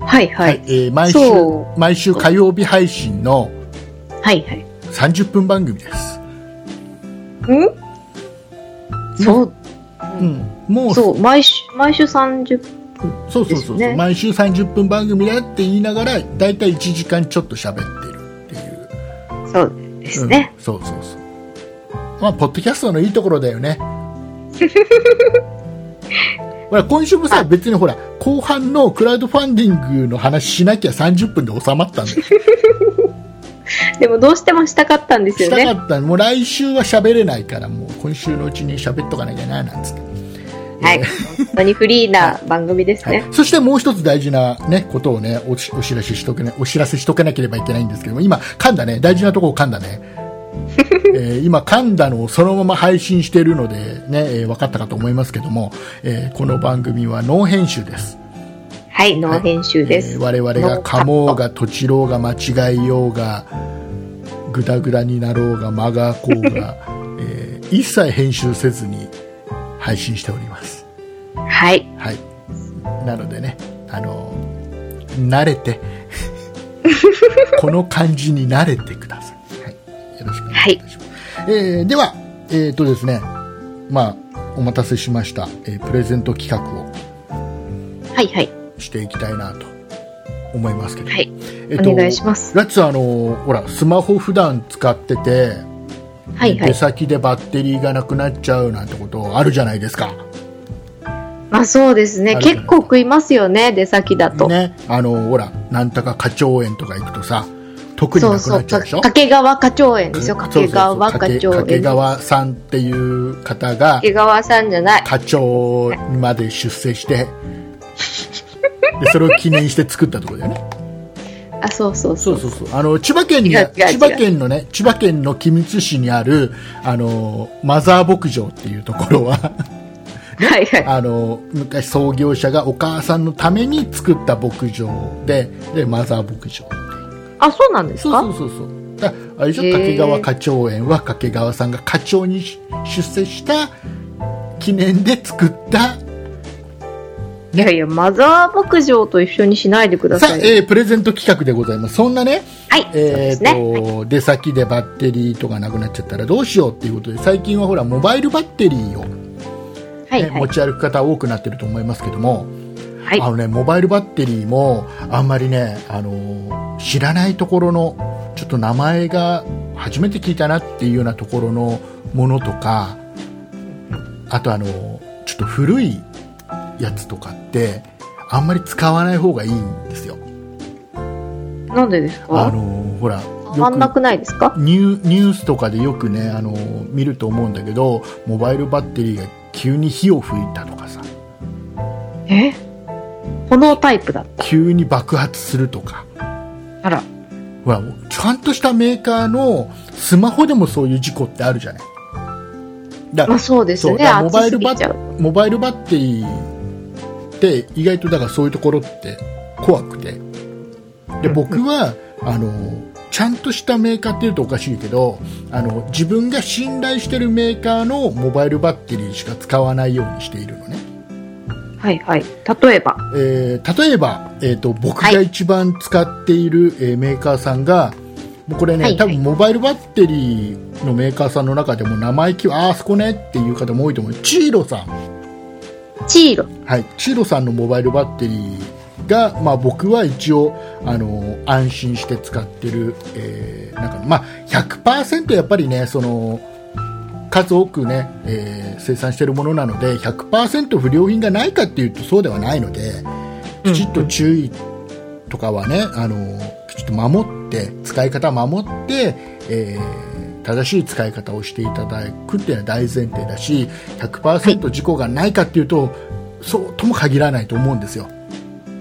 S3: はいは
S2: え
S3: い。
S2: ー毎週
S3: そ、
S2: 毎週火曜日配信の
S3: はいはい。
S2: 30分番組です。
S3: んそう、
S2: うん。もう、
S3: そう、毎週、毎週30、
S2: そうそうそうそう、
S3: ですね
S2: 毎週30分番組だって言いながら、だいたい1時間ちょっと喋ってるっていう。
S3: そうですね。
S2: うんそうそうそう。まあ、ポッドキャストのいいところだよね。 ほら、今週もさ、
S3: はい
S2: 別にほら、後半のクラウドファンディングの話しなきゃ30分で収まったんだよ。
S3: でもどうしてもしたかったんです
S2: し
S3: よ
S2: た
S3: ね。
S2: かった。もう来週は喋れないから、もう今週のうちに喋っとかなきゃな、なんつって。
S3: はい。本当にフリーな番組です
S2: はい
S3: ね。
S2: そしてもう一つ大事なね、ことをね、おしお知らせしとけね、お知らせしとけなければいけないんですけども、今、噛んだね、大事なとこを噛ん だね。えー今、噛んだのをそのまま配信しているので、ね、えー分かったかと思いますけども、えーこの番組はノー編集です。
S3: はい、ノー編集です。
S2: えー我々が噛もうが、とちろうが、間違えようが、ぐだぐだになろうが、間がこう が、えー一切編集せずに配信しております。
S3: はい。
S2: はい、なのでね、あの慣 れてこの感じに慣れてください。はい、よろしくお願いいたします。えーでは、えーとですね、まあお待たせしました、えープレゼント企画を
S3: はいはい。
S2: していきたいなと思いますけど、
S3: はい。
S2: え
S3: お願いします
S2: ラッツはあのほらスマホ普段使ってて、
S3: はいは
S2: 出
S3: い。
S2: 先でバッテリーがなくなっちゃうなんてことあるじゃないですか。
S3: まあそうですね
S2: あるじゃない
S3: 結構食いますよね出先だと、
S2: ね、あのほらなんとか花鳥園とか行くとさ特に
S3: そ
S2: な
S3: う
S2: く
S3: そ
S2: な
S3: う
S2: っちゃうでしょ
S3: か掛川花鳥園ですよ
S2: そうそう
S3: 掛
S2: そう
S3: 川花鳥
S2: 掛
S3: 園
S2: 川さんっていう方が
S3: 掛川さんじゃない
S2: 課長まで出世してでそれを記念して作ったところだよね
S3: あそうそうそう
S2: そうそうそうあの千葉県に
S3: 違う違う違う
S2: 千葉県のね千葉県の君津市にあるあのマザー牧場っていうところは
S3: はいはい
S2: あの昔創業者がお母さんのために作った牧場ででマザー牧場
S3: あそうなんです
S2: そう
S3: か
S2: そうそうそうだあれでしょ
S3: へー
S2: 掛川花鳥園は掛川さんが課長にし出世した記念で作った
S3: いやいやマザー牧場と一緒にしないでくだ
S2: さ
S3: さ
S2: あ、
S3: い
S2: えープレゼント企画でございます。そんなね、
S3: はいそう
S2: え
S3: で
S2: っ、
S3: すねはい
S2: と、出先でバッテリーとかなくなっちゃったらどうしようっていうことで、最近はほら、モバイルバッテリーを、ね
S3: はいは
S2: 持
S3: い
S2: ち歩く方多くなってると思いますけども、
S3: はい
S2: あのね、モバイルバッテリーも、あんまりね、あのー知らないところの、ちょっと名前が初めて聞いたなっていうようなところのものとか、あとあのーちょっと古いやつとかって、あんまり使わない方がいいんですよ。
S3: なんでです
S2: あ
S3: か
S2: のーほら
S3: 変わんな
S2: よ
S3: くないですか
S2: くニューニュースとかでよくね、あのー見ると思うんだけどモバイルバッテリーが急に火を吹いたとかさ
S3: え炎タイプだった
S2: 急に爆発するとか
S3: あら
S2: ほらちゃんとしたメーカーのスマホでもそういう事故ってあるじゃないだ
S3: まあそうです
S2: そう
S3: ね
S2: だからモ
S3: 熱
S2: バイ
S3: す
S2: ル
S3: ぎ
S2: バ
S3: ちゃう
S2: ッモバイルバッテリーって意外とだからそういうところって怖くてで僕はあのちゃんとしたメーカーっていうとおかしいけどあの自分が信頼してるメーカーのモバイルバッテリーしか使わないようにしているのね、
S3: はいはい例えば
S2: えー例えば、えー、と僕が一番使っている、えーメーカーさんがもうこれね、
S3: はいはい
S2: 多分モバイルバッテリーのメーカーさんの中でも名前聞くああそこねっていう方も多いと思うチーロさん
S3: チーロ
S2: はい、チーロさんのモバイルバッテリーが、まあ、僕は一応あの安心して使ってる、えーなんかまあ、100%やっぱりねその数多くね、えー生産してるものなので100%不良品がないかっていうとそうではないのできちっと注意とかはねあのきちっと守って使い方守って、えー正しい使い方をしていただくっていうのは大前提だし100%事故がないかっていうと、そうとも限らないと思うんですよ。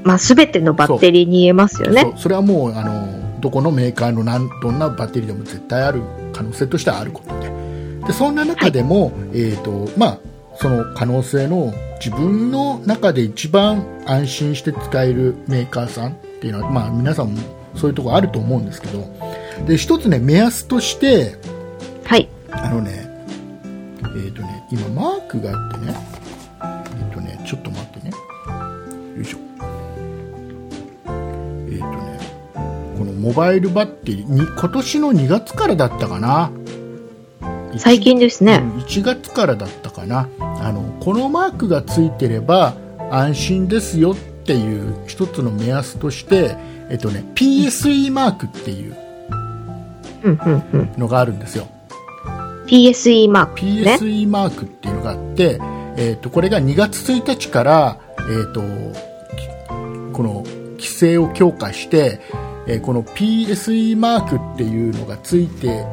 S3: まあ全てのバッテリーに言えますよ
S2: そ
S3: ね
S2: うそれはもうあのどこのメーカーのなんどんなバッテリーでも絶対ある可能性としてはあることででそんな中でも、えーとまあ、その可能性の自分の中で一番安心して使えるメーカーさんっていうのは、まあ、皆さんもそういうところあると思うんですけどで一つね目安として
S3: はい
S2: あのねえっ、とね今マークがあってねえっ、とねちょっと待ってねよいしょえっ、とねこのモバイルバッテリーに今年の2月からだったかな
S3: 最近です
S2: う
S3: ね
S2: ん1月からだったかなあのこのマークがついてれば安心ですよっていう一つの目安として、えっとね、PSE マークっていう
S3: うんうんうん
S2: のがあるんですよ
S3: PSE マークね
S2: PSE マークっていうのがあって、えー、とこれが2月1日から、えー、ときこの規制を強化して、えーこの PSE マークっていうのがついて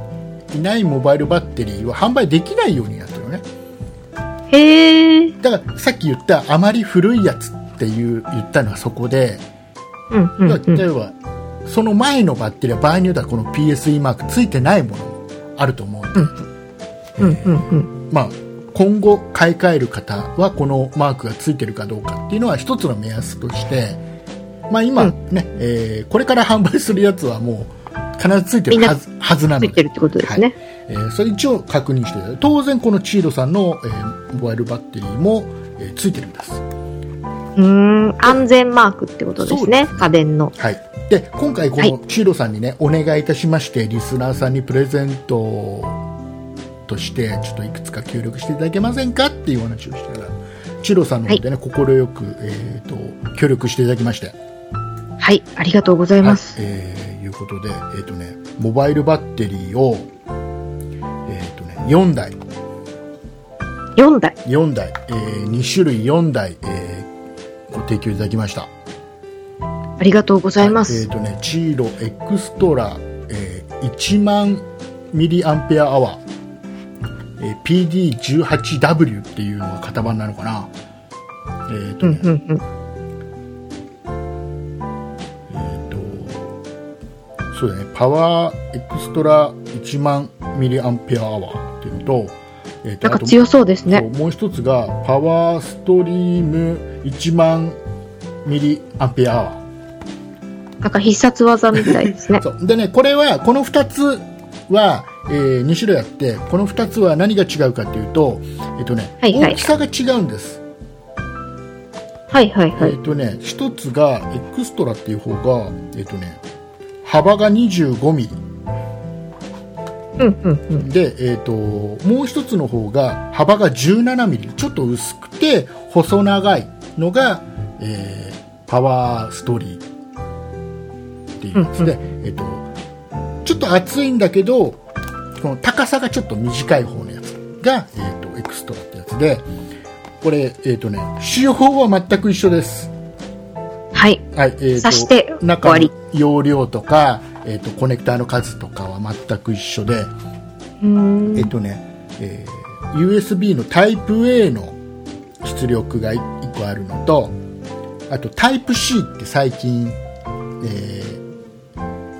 S2: いないモバイルバッテリーは販売できないようになってるのね
S3: へえ
S2: だからさっき言ったあまり古いやつっていう言ったのはそこで、
S3: うんうんうん
S2: 例えばその前のバッテリーは場合によってはこの PSE マークついてないものもあると思うんで
S3: うんうんうん
S2: まあ、今後買い替える方はこのマークがついてるかどうかっていうのは一つの目安として、まあ、今、
S3: う
S2: ねえーこれから販売するやつはもう必ずついてるはずはずな
S3: つ
S2: の
S3: いてる
S2: で、
S3: ってことですね
S2: えーそれ一応確認してください当然このチードさんの、えーモバイルバッテリーも、えーついてるんです、
S3: うーん安全マークってことですね
S2: そうですね
S3: 家電の
S2: はい、で今回こ
S3: は
S2: の
S3: い
S2: チードさんにねお願いいたしましてリスナーさんにプレゼントとしてちょっといくつか協力していただけませんかっていうお話をしたらチロさんの方でね快、く、えー、と協力していただきまして、
S3: はいありがとうござい
S2: は
S3: ま
S2: い
S3: す
S2: えーいうことで、えーとね、モバイルバッテリーを、えーとね、4台
S3: 4台。
S2: 4台、え2種類4台、えーご提供いただきました
S3: ありがとうございま
S2: はいえ
S3: す
S2: っ、。とねチーロエクストラ、えー1万ミリアンペアアワー、えー PD18W っていうのが型番なのかなえっ、とね、
S3: うんうん。
S2: えーとそうだねパワーエクストラ1万ミリアンペアアワーっていうのと,、えーと
S3: なんか
S2: あと
S3: 強そうです
S2: そう
S3: ね。
S2: もう一つがパワーストリーム1万ミリアンペアアワー。
S3: なんか必殺技みたいですね
S2: そうでねこれはこの2つは、え2種類あってこの2つは何が違うかというと,、えっとね
S3: はいはい
S2: 大きさが違うんです、
S3: はいはいは
S2: え
S3: い。
S2: っとね、1つがエクストラっていう方が、えっとね、幅が2 5ミリ
S3: うんうんうん。
S2: で、えっともう1つの方が幅が1 7ミリちょっと薄くて細長いのが、えーパワーストーリーっていうやつで、えっとちょっと厚いんだけどこの高さがちょっと短い方のやつが、えー、とエクストラってやつでこれ、えーとね、使用法は全く一緒です、
S3: はい。
S2: はいえー、と
S3: 挿して終
S2: 中
S3: わ
S2: の
S3: り
S2: 容量とか、えー、とコネクターの数とかは全く一緒で、
S3: うーん。
S2: えっとね、えー USB のタイプ A の出力が1個あるのとあとタイプ C って最近、えー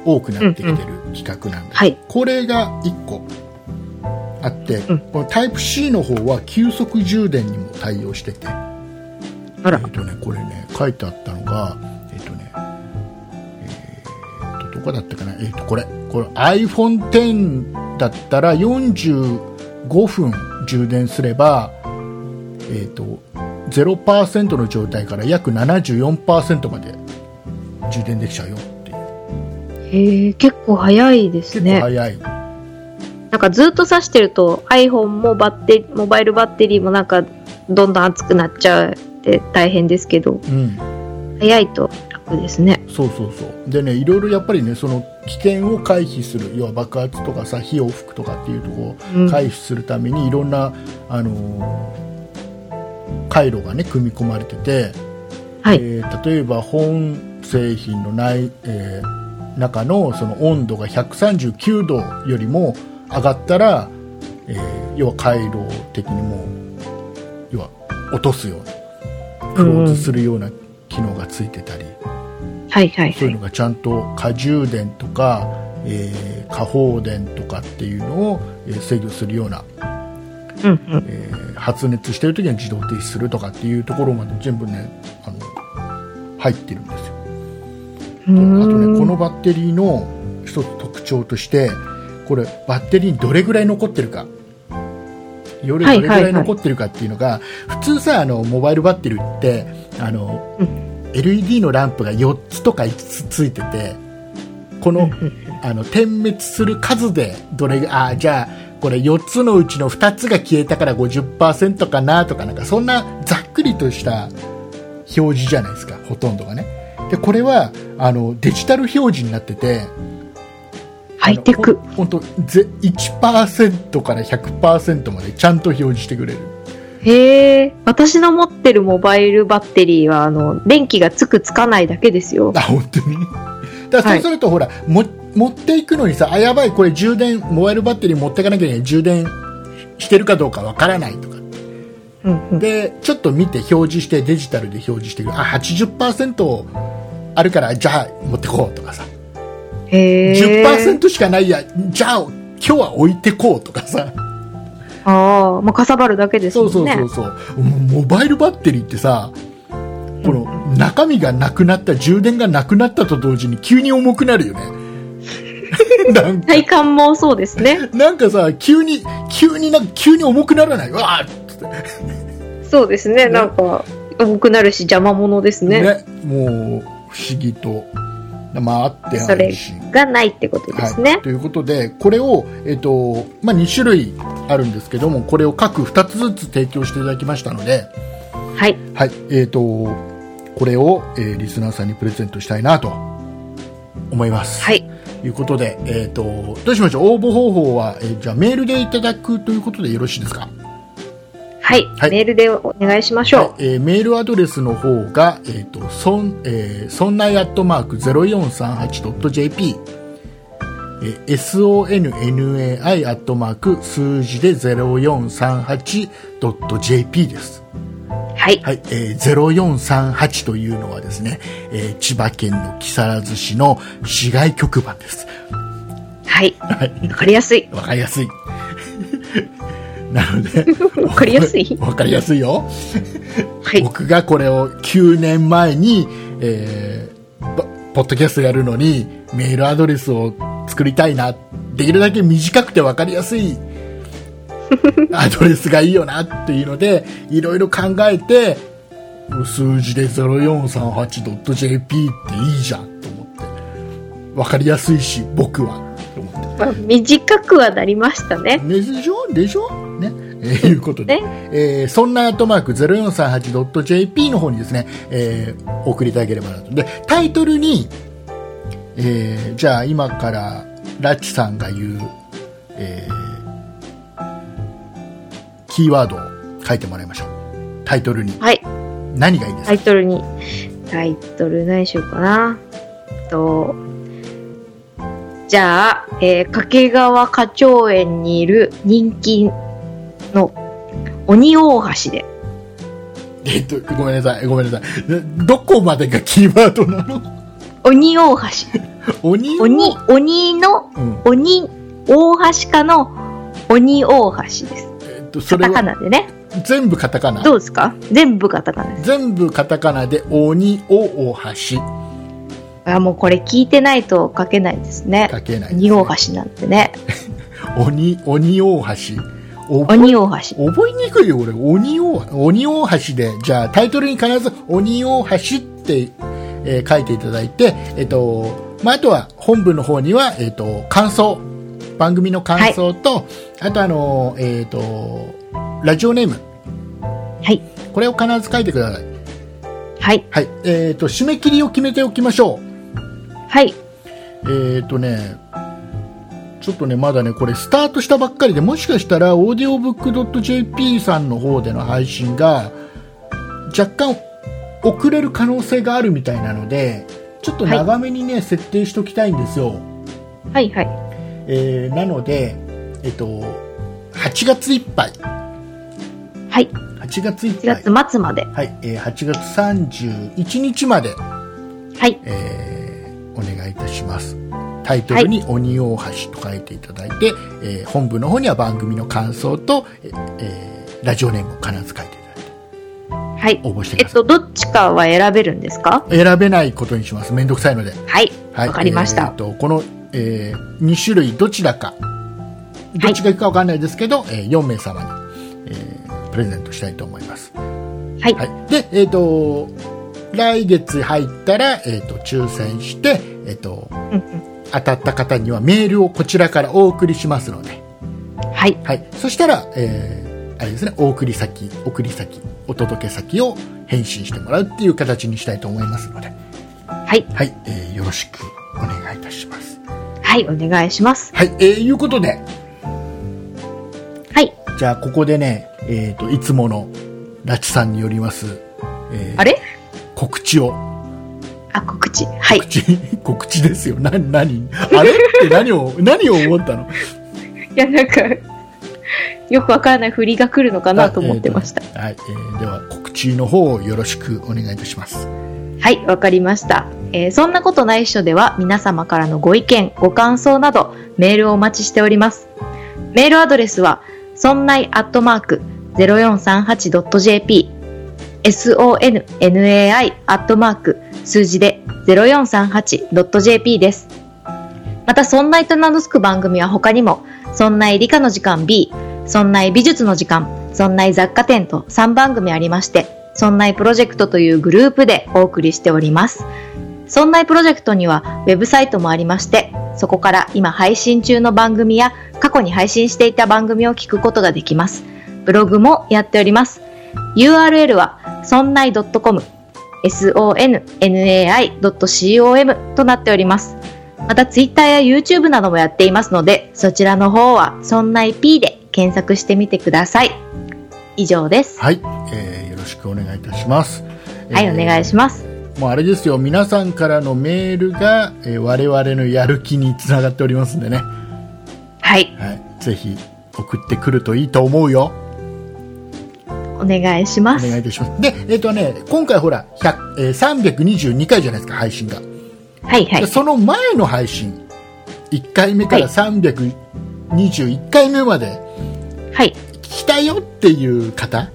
S2: 多くなってきてる企画なんで、
S3: はい
S2: これが1個あって、
S3: うん
S2: このタイプ C の方は急速充電にも対応してて、
S3: あら
S2: えっ、。とね、これね、書いてあったのが、えっ、とね、えーっと、どこだったかな、えっ、と、これ、これ iPhone X だったら45分充電すれば、えっ、ー、と、0%の状態から約74%まで充電できちゃうよっていう。
S3: へえ、結構早いです
S2: 結構
S3: ね。
S2: 早い。
S3: なんかずっと挿してると iPhone もバッテリモバイルバッテリーもなんかどんどん熱くなっちゃうって大変ですけど
S2: うん。
S3: 早いと楽ですね
S2: そうそうそうでねいろいろやっぱりねその危険を回避する要は爆発とかさ火を吹くとかっていうとこ
S3: う
S2: ろを
S3: ん
S2: 回避するためにいろんな、あのー回路がね組み込まれてて、
S3: はい、
S2: えー例えば本製品の内、えー中のその温度が139度よりも上がったら、えー要は回路的にもう要は落とすようなクローズするような機能がついてたり。
S3: はいはい
S2: そ
S3: は
S2: ういう
S3: い
S2: のがちゃんと過充電とか、えー過放電とかっていうのを、えー制御するような、
S3: うんうん
S2: えー発熱してる時には自動停止するとかっていうところまで全部ねあの入ってるんですよ
S3: うー
S2: あとねこ
S3: ん
S2: のバッテリーの一つ特徴としてこれバッテリーにどれぐらい残ってるかより
S3: は
S2: どれ
S3: い
S2: ぐ
S3: はいはい
S2: らい残ってるかっていうのが、普通さあのモバイルバッテリーってあの、
S3: う
S2: LED のランプが4つとか5つついててこの,、あの点滅する数でどれあじゃあこれ4つのうちの2つが消えたから50%かなとかなんかそんなざっくりとした表示じゃないですかほとんどがねでこれはあのデジタル表示になってて
S3: ハイテク
S2: 本当ぜ1%から100%までちゃんと表示してくれる
S3: へえ私の持ってるモバイルバッテリーはあの電気がつくつかないだけですよ
S2: あ本当にだからそうすると、ほらも持っていくのにさあやばいこれ充電モバイルバッテリー持っていかなきゃいけない充電してるかどうかわからないとか
S3: うんうん
S2: でちょっと見て表示してデジタルで表示してくるあ80%あるからじゃあ持ってこうとかさ
S3: へえ
S2: 10%しかないやじゃあ今日は置いてこうとかさ
S3: ああまあかさばるだけですも
S2: そ
S3: ん
S2: う
S3: ね
S2: そうそうそう、もうモバイルバッテリーってさこの中身がなくなった充電がなくなったと同時に急に重くなるよねなんか
S3: 体感もそうですね
S2: なんかさ急に急になんか急に重くならないうわーっつって
S3: そうですねなんか重くなるし邪魔者ですね
S2: ねもう不思議とまああってあ
S3: それ
S2: るし
S3: がないってことですね、
S2: はい、ということでこれを、えっとまあ、2種類あるんですけどもこれを各2つずつ提供していただきましたので、
S3: はい。
S2: はいえー、とこれを、えーリスナーさんにプレゼントしたいなと思います。
S3: はい。
S2: ということで、えー、とどうしましょう応募方法は、えーじゃあメールでいただくということでよろしいですか
S3: はい。はい、
S2: はい
S3: メールでお願いしましょう。
S2: はいえーメールアドレスの方が、えーとそんえー、そんないアットマーク 0438.jp、えー sonnai アットマーク数字で 0438.jp です。
S3: はい。
S2: はい、えー0438というのはですね、えー千葉県の木更津市の市街局番です。
S3: はい。
S2: はい
S3: わかりやすい。
S2: わかりやすい。なので、
S3: わかりやすい
S2: わかりやすいよ。
S3: はい。
S2: 僕がこれを9年前に、えーポポッドキャストやるのにメールアドレスを作りたいなできるだけ短くて分かりや すいアドレスがいいよなっていうのでいろいろ考えて数字で 0438.jp っていいじゃんと思って分かりやすいし僕はと思って。
S3: まあ、短くはなりましたね。
S2: ねでしょでしょね。えーいうことで、えーそんなアットマーク 0438.jp の方にですね、えー送りいただければなと。で、タイトルに、えーじゃあ今から、ラッチさんが言う、えーキーワードを書いてもらいましょう。タイトルに。
S3: はい。
S2: 何がいいです
S3: タ
S2: か、
S3: イトルに。タイトル何しようかな。えっと、じゃあ、えー掛川花鳥園にいる人気の鬼大橋で。
S2: えっと、ごめんなさい、ごめんなさい。などこまでがキーワードなの
S3: 鬼大橋。
S2: 鬼を
S3: 鬼、鬼の、
S2: うん。
S3: 鬼、大橋かの鬼大橋です。
S2: えっと、そ
S3: カ
S2: れ
S3: タカ
S2: は
S3: ナでね。
S2: 全部カタカナ
S3: どうですか全部カタカナです。
S2: 全部カタカナで鬼を大橋
S3: あもうこれ聞いてないと書けないですね。
S2: 書けない
S3: 鬼大橋なんてね。
S2: 鬼鬼大橋お
S3: 鬼大橋。
S2: 覚えにくいよ俺鬼大鬼大橋でじゃあタイトルに必ず鬼大橋って、えー書いていただいてえっとまああとは本部の方にはえっと感想番組の感想と、あとあのえっとラジオネーム
S3: はい。
S2: これを必ず書いてください
S3: はい。
S2: はいえっと締め切りを決めておきましょう
S3: はい。
S2: えー、とね、ちょっとね、まだね、これスタートしたばっかりで、もしかしたら、オーディオブックドット JP さんの方での配信が、若干遅れる可能性があるみたいなので、ちょっと長めにね、設定しときたいんですよ。
S3: はい。はい。
S2: えーなので、えっと、8月いっぱい。
S3: はい。
S2: 8月いっぱい。
S3: 4月末まで。
S2: はい、えー8月31日まで、
S3: はい。
S2: えーお願いいたしますタイトルに「鬼大橋」と書いていただいて、えー本部の方には番組の感想と、えーえーラジオネームを必ず書いていただいて
S3: はい。
S2: 応募して
S3: えっ
S2: ください
S3: と、どっちかは選べるんですか
S2: 選べないことにしますめんどくさいので
S3: はい。わ、
S2: はい
S3: かりまし
S2: えー
S3: た。
S2: とこの、え2種類どちらかどっちがいくかわかんないですけど、え4名様に、えープレゼントしたいと思います
S3: はい。は。
S2: はいい、で、えっと来月入ったら、えっと抽選して、えっと
S3: うんう
S2: 当たった方にはメールをこちらからお送りしますので、
S3: はい。
S2: はい、そしたら、えーあれですね、お送り先送り先お届け先を返信してもらうっていう形にしたいと思いますので、
S3: はい。
S2: はいえーよろしくお願いいたします。
S3: はい。お願いします。
S2: はい、えーいうことで
S3: はい。
S2: じゃあここでね、えっといつもの拉致さんによります、えー
S3: あれ
S2: 告知を
S3: あ、告知。はい。
S2: 告知、 告知ですよ。な、何あれって何を、 何を思ったの
S3: いや、なんか、よくわからない振りが来るのかなと思ってました。
S2: あえーとはい。えーでは、告知の方をよろしくお願いいたします。
S3: はい、わかりました。えーそんなことないっしょでは皆様からのご意見、ご感想などメールをお待ちしております。メールアドレスは、そんないアットマーク 0438.jp、sonnai アットマーク数字で 0438.jp です。また、そんないと名の付く番組は他にも、そんない理科の時間 B、そんない美術の時間、そんない雑貨店と3番組ありまして、そんないプロジェクトというグループでお送りしております。そんないプロジェクトにはウェブサイトもありまして、そこから今配信中の番組や過去に配信していた番組を聞くことができます。ブログもやっております。URL はそんない .com、sonnai.com となっております。また Twitter や YouTube などもやっていますので、そちらの方はそんない P で検索してみてください。以上です。
S2: はい、えーよろしくお願いいたします。
S3: はい、お願いします。
S2: ます。もうあれですよ、皆さんからのメールが、えー我々のやる気につながっておりますんでね、
S3: はい、
S2: はい、ぜひ送ってくるといいと思うよ。
S3: お願いしま
S2: お願い
S3: す。
S2: いたします。で、えっ、とね、今回ほら、100えー322回じゃないですか、配信が。
S3: はい、はい
S2: で。その前の配信、1回目から
S3: はい
S2: 321回目まで
S3: はい。
S2: 聞きたいよっていう方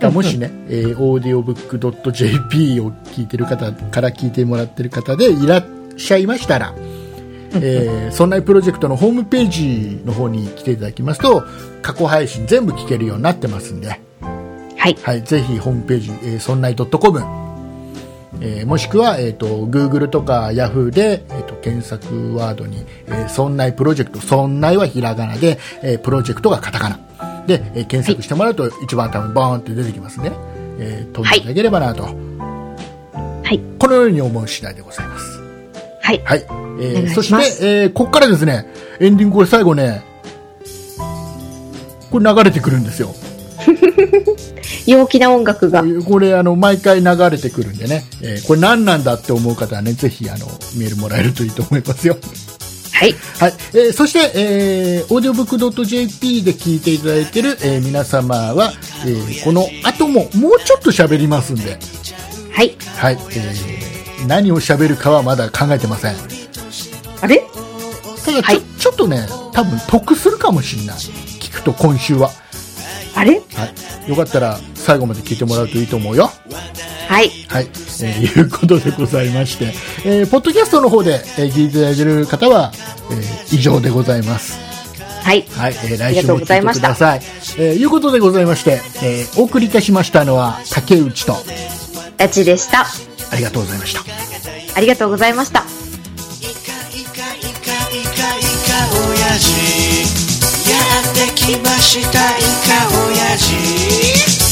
S2: がもしね、えー、audiobook.jp を聞いてる方から聞いてもらってる方でいらっしゃいましたら、えー、そんなプロジェクトのホームページの方に来ていただきますと、過去配信全部聞けるようになってますんで、
S3: はい。
S2: はい、ぜひホームページ、えー、そんない .com、えーもしくは、えー、と Google とか Yahoo で、えー、と検索ワードに、えー、そんないプロジェクト、そんないはひらがなで、えープロジェクトがカタカナで、えー検索してもらうと一番多分ボーンって出てきますね、えー飛んでいただければなと、
S3: はい。
S2: このように思う次第でございます。
S3: はい。
S2: はい、え
S3: お願いし
S2: ー、
S3: ます
S2: そして、えーここからですね、エンディングこれ最後ね、これ流れてくるんですよ。
S3: 陽気な音楽が。
S2: これあの毎回流れてくるんでね、えーこれ何なんだって思う方はねぜひあのメールもらえるといいと思いますよ
S3: はい。
S2: はい、えーそして、えー、audiobook.jp で聞いていただいてる、えー皆様は、えーこの後ももうちょっと喋りますんで、
S3: はい。
S2: はいえー何を喋るかはまだ考えてません
S3: あれ
S2: ただちょ,、
S3: はい
S2: ちょっとね多分得するかもしれない聞くと今週は、
S3: あれ
S2: はい、よかったら最後まで聞いてもらうといいと思うよ
S3: はい。
S2: はい、えーいうことでございまして、えーポッドキャストの方で、えー聞いていただいてる方は、えー以上でございます。
S3: はい。
S2: はい、えー
S3: あ
S2: 来
S3: りが
S2: 週
S3: とうご
S2: も聞い
S3: ざ
S2: て
S3: いま
S2: く
S3: した
S2: ださい。えーいうことでございまして、えーお送りいたしましたのは竹内と
S3: ダチでした。
S2: ありがとうございました。
S3: ありがとうございました。
S1: イカイカイカイカイカ親父やってきましたイカ親父